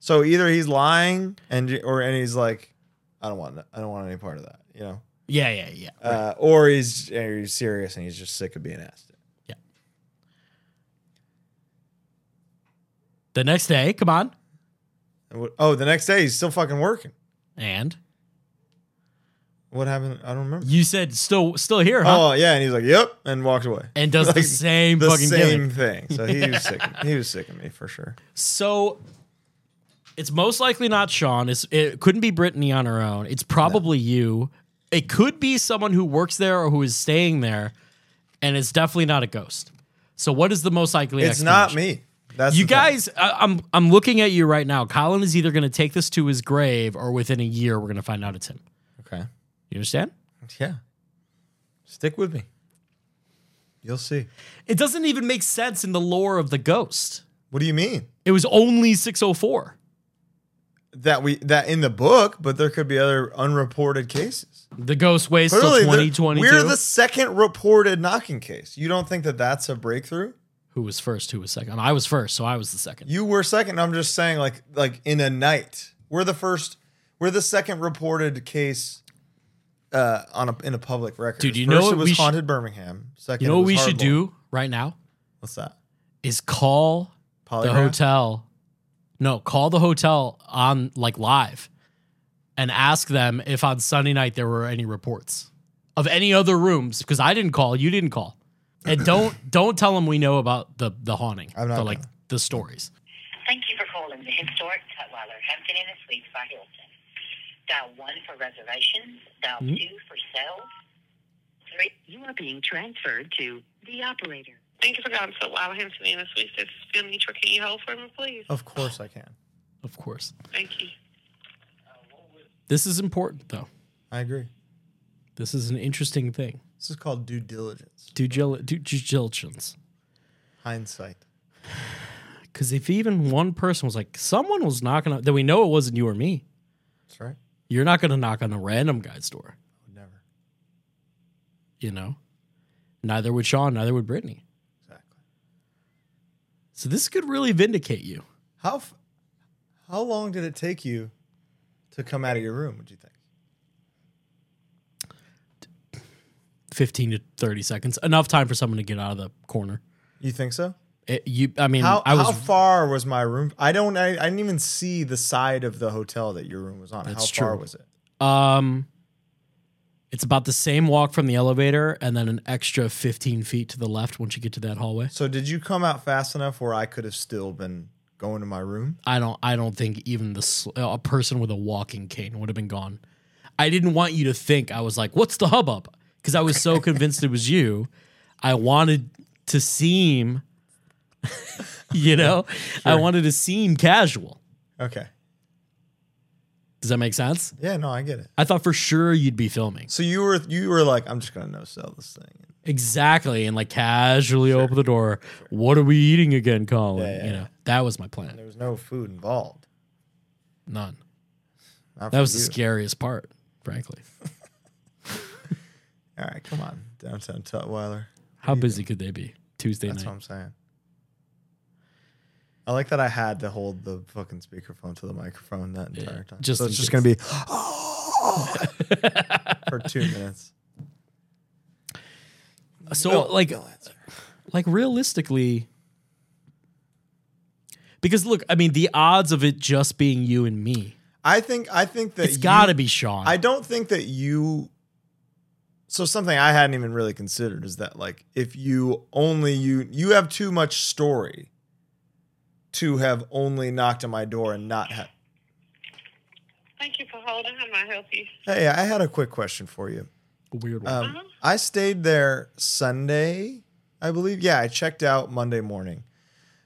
So either he's lying and or and he's like, I don't want I don't want any part of that, you know,
yeah, yeah, yeah.
uh, or he's or he's serious and he's just sick of being asked. it.
The next day, come on,
And what, oh, the next day he's still fucking working.
and
What happened? I don't remember.
you said still still here, huh?
Oh yeah, and he's like, yep, and walked away.
and does the
Like,
same
the
fucking killing.
same thing. So he was sick. He was sick of me for sure.
So it's most likely not Sean. It's, it couldn't be Brittany on her own. It's probably you. It could be someone who works there or who is staying there, and it's definitely not a ghost. So what is the most likely?
It's not
explanation?
me. That's
You
the thing.
guys, I, I'm I'm looking at you right now. Colin is either going to take this to his grave, or within a year we're going to find out it's him.
Okay.
You understand?
Yeah. Stick with me. You'll see.
It doesn't even make sense in the lore of the ghost.
What do you mean?
It was only 604.
that we that in the book, but there could be other unreported cases.
The ghost weighs till
Clearly, the-
2022.
we're the second reported knocking case. You don't think that that's a breakthrough?
who was first? Who was second? I was first, so I was the second.
You were second. I'm just saying, like like in a night, we're the first. We're the second reported case uh, on a in a public record.
Dude, you
First
know what
it was
we sh-
haunted Birmingham. Second,
You know
it
what
was
we should
Hardball.
do right now
What's that?
is call the
Polygraph?
hotel. No, call the hotel on like live and ask them if on Sunday night there were any reports of any other rooms because I didn't call, you didn't call. And don't don't tell them we know about the the haunting.
I'm not
the, like
gonna.
the stories.
Thank you for calling the historic Tutwiler Hampton Inn and Suites by Hilton. Dial 1 for reservations, dial 2 for sales. 3. You are being transferred to the operator.
Thank you for calling Tutwiler Hampton Inn and Suites. This is Phil Nitro. Can you hold for me, please?
Of course, I can.
Of course.
Thank you.
This is important though.
I agree.
This is an interesting thing.
This is called due diligence,
Due gil- due due diligence.
hindsight.
Because if even one person was like, someone was knocking on, then we know it wasn't you or me.
That's right.
You're not going to knock on a random guy's door,
Never
you know? Neither would Sean, neither would Brittany.
exactly.
So this could really vindicate you.
How f- how long did it take you to come out of your room? Would you think?
15 to 30 seconds. Enough time for someone to get out of the corner.
You think so?
It, you, I mean,
How
I was.
how far was my room? I don't. I, I didn't even see the side of the hotel that your room was on.
That's
how far
true.
was it?
um, it's about the same walk from the elevator and then an extra 15 feet to the left once you get to that hallway.
So did you come out fast enough where I could have still been going to my room?
I don't. I don't think even the sl- a person with a walking cane would have been gone. I didn't want you to think I was like, "What's the hubbub?" Because I was so convinced it was you. I wanted to seem you know, I wanted to seem casual.
Okay.
Does that make sense?
Yeah, no, I get it.
I thought for sure you'd be filming.
So you were you were like, I'm just gonna no sell this thing.
Exactly. And like casually open the door. What are we eating again, Colin?
Yeah, yeah,
you know,
yeah.
that was my
There
plan.
was no food involved.
None.
Not
That
for
was the
you.
scariest part, frankly.
All right, come on, downtown Tutwiler.
How busy could they be Tuesday
That's what
night?
I'm saying. I like that I had to hold the fucking speakerphone to the microphone that entire time.
just
so it's
in
just
case.
gonna be for two minutes.
So like like realistically because look, I mean the odds of it just being you and me,
I think I think that
it's
Uh,
got
you-
to be Sean.
I don't think that you. So something I hadn't even really considered is that like if you only you you have too much story to have only knocked on my door and not had.
Thank you for holding. How may I help you?
Hey, I had a quick question for you.
Weird one.
Um, I stayed there Sunday, I believe. Yeah, I checked out Monday morning.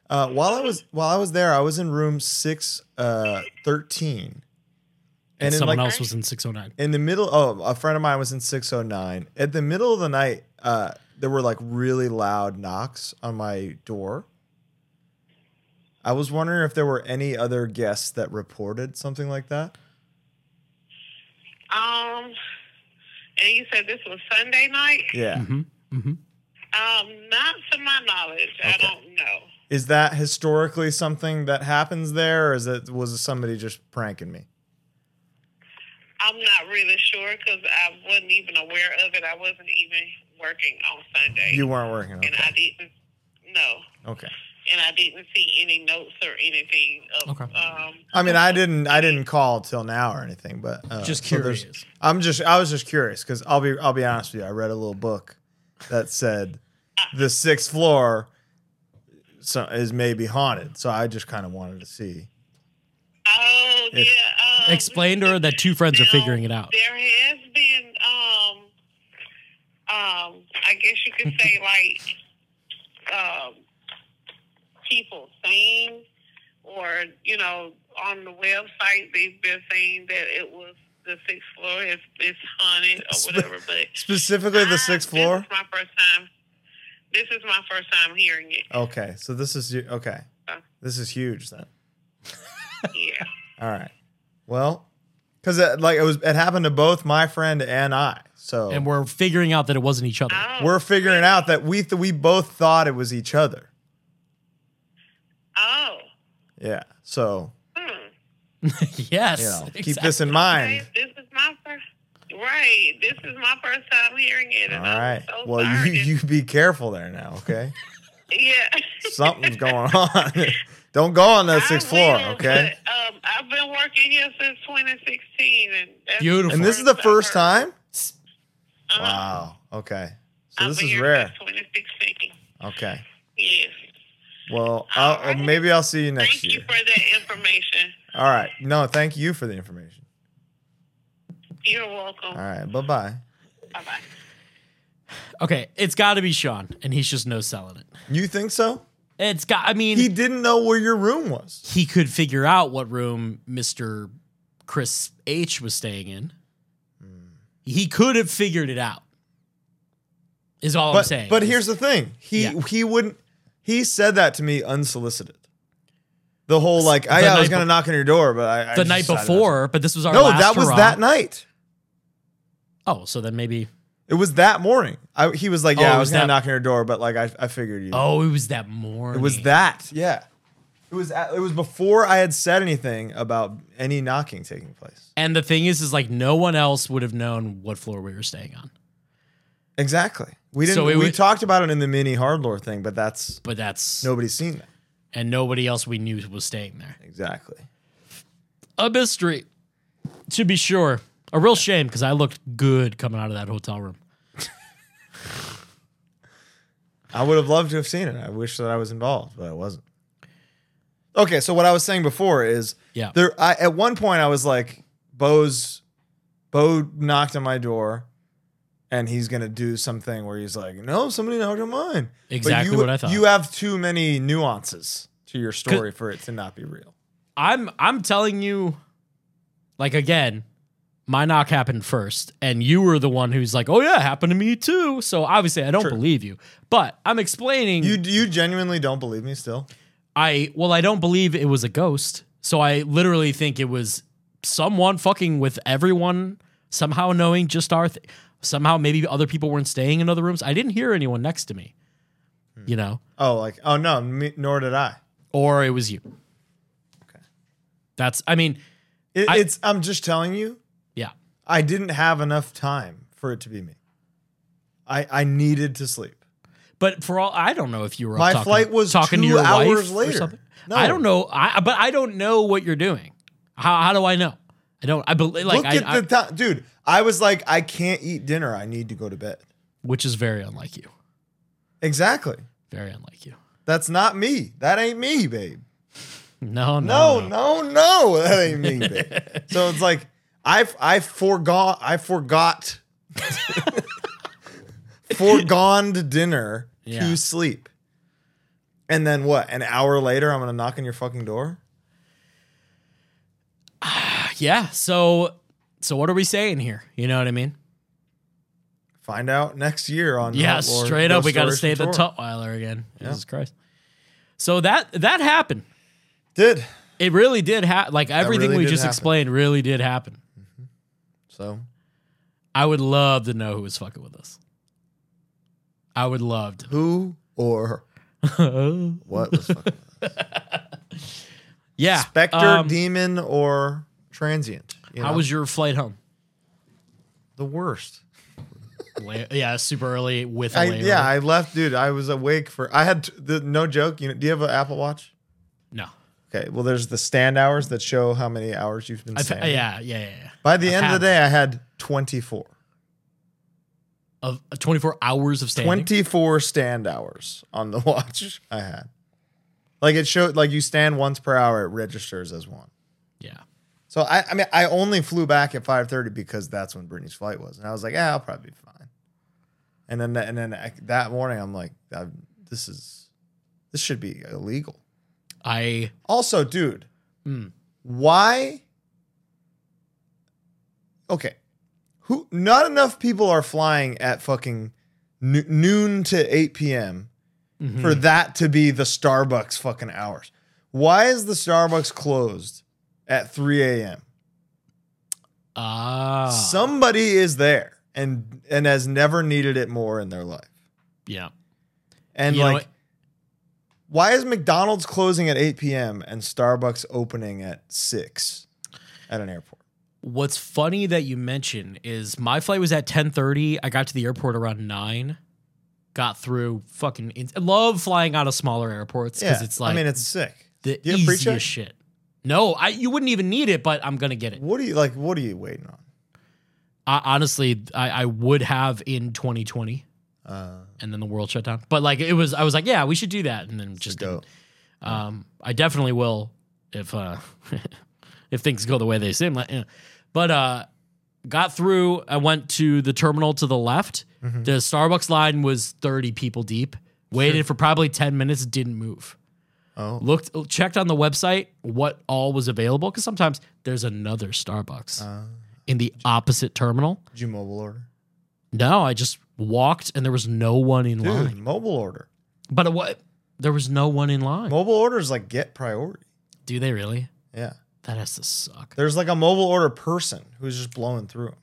Uh, while I was while I was there, I was in room six uh, thirteen,
and
in,
someone
like-
else was in 609.
in the middle oh a friend of mine was in 609 at the middle of the night uh there were like really loud knocks on my door i was wondering if there were any other guests that reported something like that
Um, and you said this was Sunday night?
yeah
Um, not to my knowledge. I don't know.
is that historically something that happens there or is it was somebody just pranking me
I'm not really sure because I wasn't even aware of it. I wasn't even working on Sunday.
you weren't working
and I
okay
didn't, no.
okay
And I didn't see any notes or anything of,
Okay.
um,
i mean i didn't i didn't call till now or anything but uh,
Just
so there's-
curious.
I'm just I was just curious because I'll be I'll be honest with you. I read a little book that said the sixth floor so, is maybe haunted. So I just kind of wanted to see.
Oh
If-
yeah. Um,
Explain to her that two friends are figuring it out.
There has been, um, um, I guess you could say like, um, people saying, or you know, on the website they've been saying that it was the sixth floor is is haunted or whatever. But
Specifically
I-
the sixth
This
floor.
is my first time. This is my first time hearing it.
Okay, so this is you- okay. This is huge then. Oh.
Yeah.
All right. Well, because it, like it was it happened to both my friend and I. So
And we're figuring out that it wasn't each other.
Oh,
we're figuring out that we th- we both thought it was each other.
Oh.
Yeah. So
Hmm.
yes.
you know, keep
exactly.
this in mind.
This is my first. Right. This is my first time hearing it.
All
And
right.
I'm so
Well,
sorry.
you you be careful there now. Okay.
Yeah.
something's going on. Don't go on that
I
sixth floor,
will,
okay?
but, um, I've been working here since 2016, and that's
Beautiful.
And this is the
I've
first time?
heard. Uh-huh.
Wow. Okay. So
I've
this
been
is
here
rare.
since 2016.
Okay.
Yes.
Well, I'll, uh,
Alright.
maybe I'll see you next
Thank
year.
you for that information.
All right. No, thank you for the information.
You're welcome.
All right. Bye bye.
Bye bye.
Okay, it's got to be Sean, and he's just no selling it.
You think so?
It's got. I mean,
He
he,
didn't know where your room was.
could figure out what room Mister Chris H was staying in. He could have figured it out. Is all I'm
But,
saying.
but here's the thing he
Yeah.
he wouldn't, he said that to me unsolicited. The whole like, I, I
night
was going
be-
to knock on your door, but I. I
the
just
night
decided not to.
before, but this was our
No,
last
that was
hurrah.
that night.
Oh, so then maybe.
It was that morning. I, he was like,
Oh,
"Yeah,
it
I
was
was gonna
that-
knock on your door, but like I, I figured you."
Oh, it was that morning.
it was that. Yeah, it was. At, it was before I had said anything about any knocking taking place.
And the thing is, is like no one else would have known what floor we were staying on.
Exactly. We didn't.
So
we
it wa-
talked about it in the mini hardlore thing, but that's
But that's
nobody's seen that.
and nobody else we knew was staying there.
Exactly.
a mystery, to be sure. A real shame because I looked good coming out of that hotel room.
I would have loved to have seen it. I wish that I was involved, but I wasn't. Okay, so what I was saying before is,
Yeah.
there. I, at one point, I was like, "Bo's, Bo knocked on my door, and he's gonna do something where he's like, "No, somebody knocked on mine." But
Exactly
you,
what I thought.
You have too many nuances to your story for it to not be real.
I'm I'm telling you, like again, my knock happened first, and you were the one who's like, "Oh yeah, it happened to me too." So obviously, I don't believe you, but I'm explaining.
You you genuinely don't believe me still?
I well, I don't believe it was a ghost. So I literally think it was someone fucking with everyone somehow knowing just our th- somehow maybe other people weren't staying in other rooms. I didn't hear anyone next to me, you know,
Oh, like oh no, me, nor did I.
or it was you. Okay, that's. I mean,
It,
I-
it's I'm just telling you,
yeah,
I didn't have enough time for it to be me. I I needed to sleep.
but for all I don't know if you were up
My
talking,
flight was
talking to
two
your
hours
wife or
later.
something.
No.
I don't know. I but I don't know what you're doing. How how do I know? I don't. I believe like
Look
I,
at
I-
the time, dude. I was like, I can't eat dinner. I need to go to bed.
which is very unlike you.
Exactly.
Very unlike you.
That's not me. That ain't me, babe.
No,
No,
no,
no, no. That ain't me, babe. so it's like I've I forgot I forgot foregone dinner
Yeah.
to sleep. And then what? An hour later, I'm gonna knock on your fucking door.
Yeah. So, so what are we saying here? You know what I mean?
Find out next year on
Yeah.
Hot Lord
straight up,
Ghost
we got to
Stories
stay at the
from Tor.
Tutwiler again. Jesus Christ. So that that happened.
Did
It really did happen. Like everything
really
we
did
just
happen.
explained really did happen.
so
I would love to know who was fucking with us. I would love to.
who or what was fucking
Yeah.
Spectre,
um,
demon, or transient? You
how
know?
was your flight home?
the worst?
La- yeah, super early with a
I,
layover.
yeah, I left, dude. I was awake for. I had t- the, no joke. You know, do you have an Apple Watch?
no.
Okay. Well, there's the stand hours that show how many hours you've been
I, fe-
standing.
yeah, yeah, yeah, yeah.
By the end of
had
the day, I had 24.
Of uh, 24 hours of standing.
24 stand hours on the watch I had. Like it showed, like you stand once per hour, it registers as one.
Yeah.
So I, I mean, I only flew back at 5:30 because that's when Brittany's flight was, and I was like, yeah, I'll probably be fine. And then, and then I- that morning, I'm like, i this is, this should be illegal.
I
Also, dude,
Hmm.
why? Okay, who? Not enough people are flying at fucking no- noon to eight p.m. for that to be the Starbucks fucking hours. Why is the Starbucks closed at three a.m.?
ah
Somebody is there and and has never needed it more in their life.
yeah.
And
You know
like,
what?
why is McDonald's closing at 8 p.m. and Starbucks opening at 6 at an airport?
What's funny that you mention is my flight was at 10:30. I got to the airport around 9. Got through fucking in- I love flying out of smaller airports cuz it's like
I mean, it's sick.
the
do you have pre-check?
easiest shit. No, I you wouldn't even need it, but I'm going to get it.
What are you like? What are you waiting on?
I, honestly, I, I would have in 2020
Uh,
and then the world shut down. But like it was I was like, yeah, we should do that and then just
go.
didn't. Um, I definitely will if uh, if things go the way they seem. Like, yeah. But uh, got through. I went to the terminal to the left. The Starbucks line was thirty people deep. Waited for probably ten minutes. Didn't move.
Oh.
Looked, checked on the website what all was available because sometimes there's another Starbucks in the opposite terminal.
Did you mobile order?
No, I just walked and there was no one in
Dude,
line.
mobile order.
But it, what? There was no one in line.
Mobile order is like get priority.
Do they really?
Yeah.
That has to suck.
There's like a mobile order person who's just blowing through. 'em.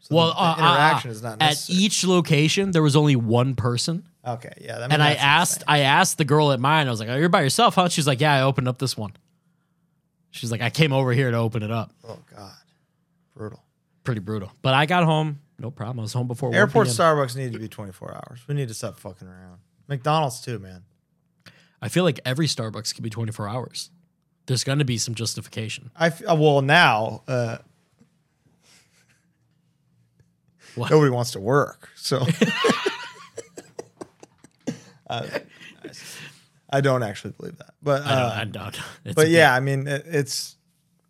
So
well,
the- the
uh, uh,
interaction
uh,
is not
at
necessary.
each location. There was only one person,
okay. Yeah. that- I mean,
and I
that's
asked,
insane.
I asked the girl at mine. I was like, "Oh, you're by yourself, huh?" She's like, "Yeah, I opened up this one." She's like, "I came over here to open it up."
oh, God. Brutal.
Pretty brutal. But I got home, no problem. I was home before 1
Airport
p.m.
Starbucks need to be 24 hours. We need to stop fucking around. McDonald's too, man.
I feel like every Starbucks could be 24 hours. There's going to be some justification.
I f- uh, well now uh,
What?
nobody wants to work, so Uh, I don't actually believe that, but uh,
I don't. I don't. It's
but
a
yeah, I mean it, it's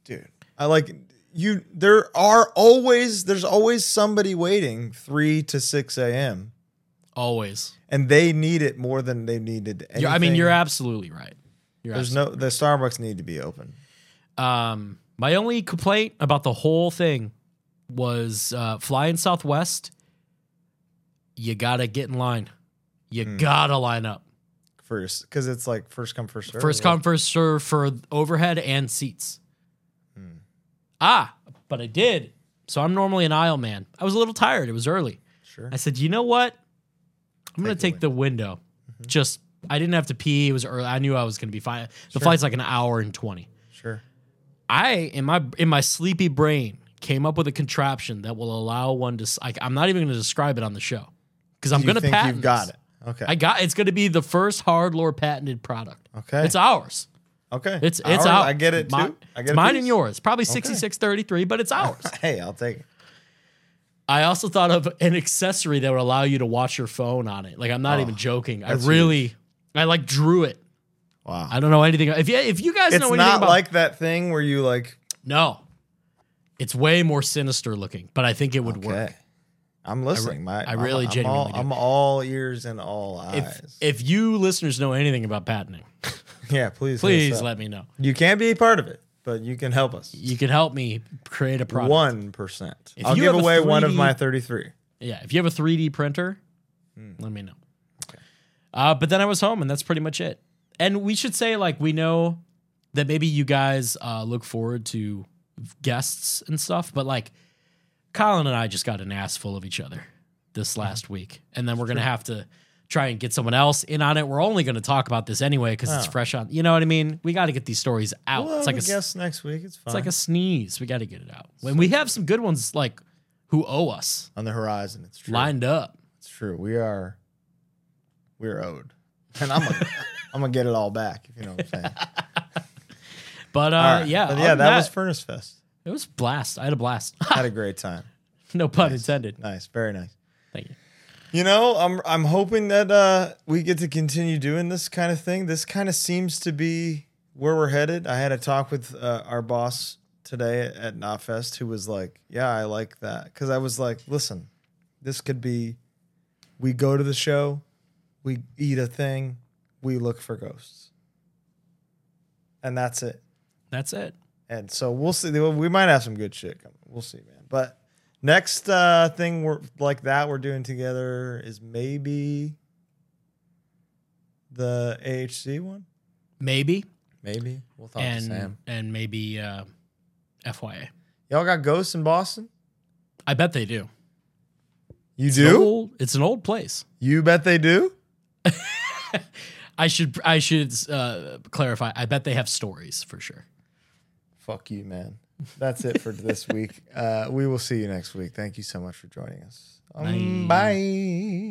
dude. I like you there are always there's always somebody waiting three to six a.m.
Always.
and they need it more than they needed. Anything.
Yeah, I mean, you're absolutely right. You're
There's no the Starbucks need to be open.
Um, my only complaint about the whole thing was uh, flying Southwest. You gotta get in line. You
Hmm.
gotta line up.
first because it's like first come first serve.
First come, first serve for overhead and seats.
Hmm.
Ah, but I did. So I'm normally an aisle man. I was a little tired. It was early.
Sure.
I said, you know what? I'm gonna take the window.
Mm-hmm.
Just I didn't have to pee. It was early. I knew I was gonna be fine. The flight's like an hour and twenty.
Sure.
I in my in my sleepy brain came up with a contraption that will allow one to. s- Like I'm not even going to describe it on the show because I'm
You
going to
think
patent.
you've got
this.
it? Okay.
I got it's going to be the first hard lore patented product.
Okay.
it's ours.
okay.
It's
All
it's
right,
ours.
I get it too.
Mi-
I
it's
get it
mine
too.
and yours. Probably sixty six thirty three, but it's ours.
Hey, I'll take it.
I also thought of an accessory that would allow you to watch your phone on it. Like I'm
Oh,
not even joking. I really, I like drew it.
Wow.
I don't know anything. If you if you guys
It's
know anything
not
about
like that thing where you like.
no, it's way more sinister looking. But I think it would
Okay.
work.
I'm listening. My,
I really
I'm,
genuinely do.
I'm all, I'm all ears and all eyes.
if if you listeners know anything about patenting,
yeah, please. hit us
please
up.
let me know.
You can't be a part of it, but you can help us.
You can help me create a product.
One percent.
If
I'll
you
give
have a
away one of
3D
my thirty-three.
Yeah, if you have a 3D printer,
Hmm.
let me know. Uh, but then I was home, and that's pretty much it. And we should say, like, we know that maybe you guys uh, look forward to guests and stuff, but like, Colin and I just got an ass full of each other
Mm-hmm.
this last week, and then we're gonna have to try and get someone else in on it. We're only gonna talk about this anyway because it's
Oh.
fresh on. You know what I mean? We got to get these stories out.
Well,
it's
like
like
I
a
guess next week it's fine.
It's like a sneeze. We got to get it out. When we have some good ones like who owe us
on the horizon. It's true.
lined up.
It's true. We are we're owed. And I'm gonna I'm gonna get it all back, if you know what I'm saying.
But uh,
All right.
yeah,
But
other
yeah,
than
that, was Furnace Fest.
it was a blast. I had a blast.
Had a great time.
no pun intended.
Nice, very nice.
Thank you.
You know, I'm I'm hoping that uh we get to continue doing this kind of thing. This kind of seems to be where we're headed. I had a talk with uh, our boss today at Knotfest who was like, "Yeah, I like that." Cuz I was like, "Listen, this could be we go to the show, we eat a thing, we look for ghosts." And that's it.
That's it.
And so we'll see. We might have some good shit coming. We'll see, man. But next uh, thing we're like that we're doing together is maybe the AHC one.
Maybe
Maybe we'll
Oh,
talk to
and
Sam.
and maybe uh, FYA.
Y'all got ghosts in Boston?
I bet they do.
You
It's an
do?
old- it's an old place.
You bet they do.
I should I should uh, clarify. I bet they have stories for sure.
Fuck you, man. That's it for this week. Uh, we will see you next week. Thank you so much for joining us. Um, bye.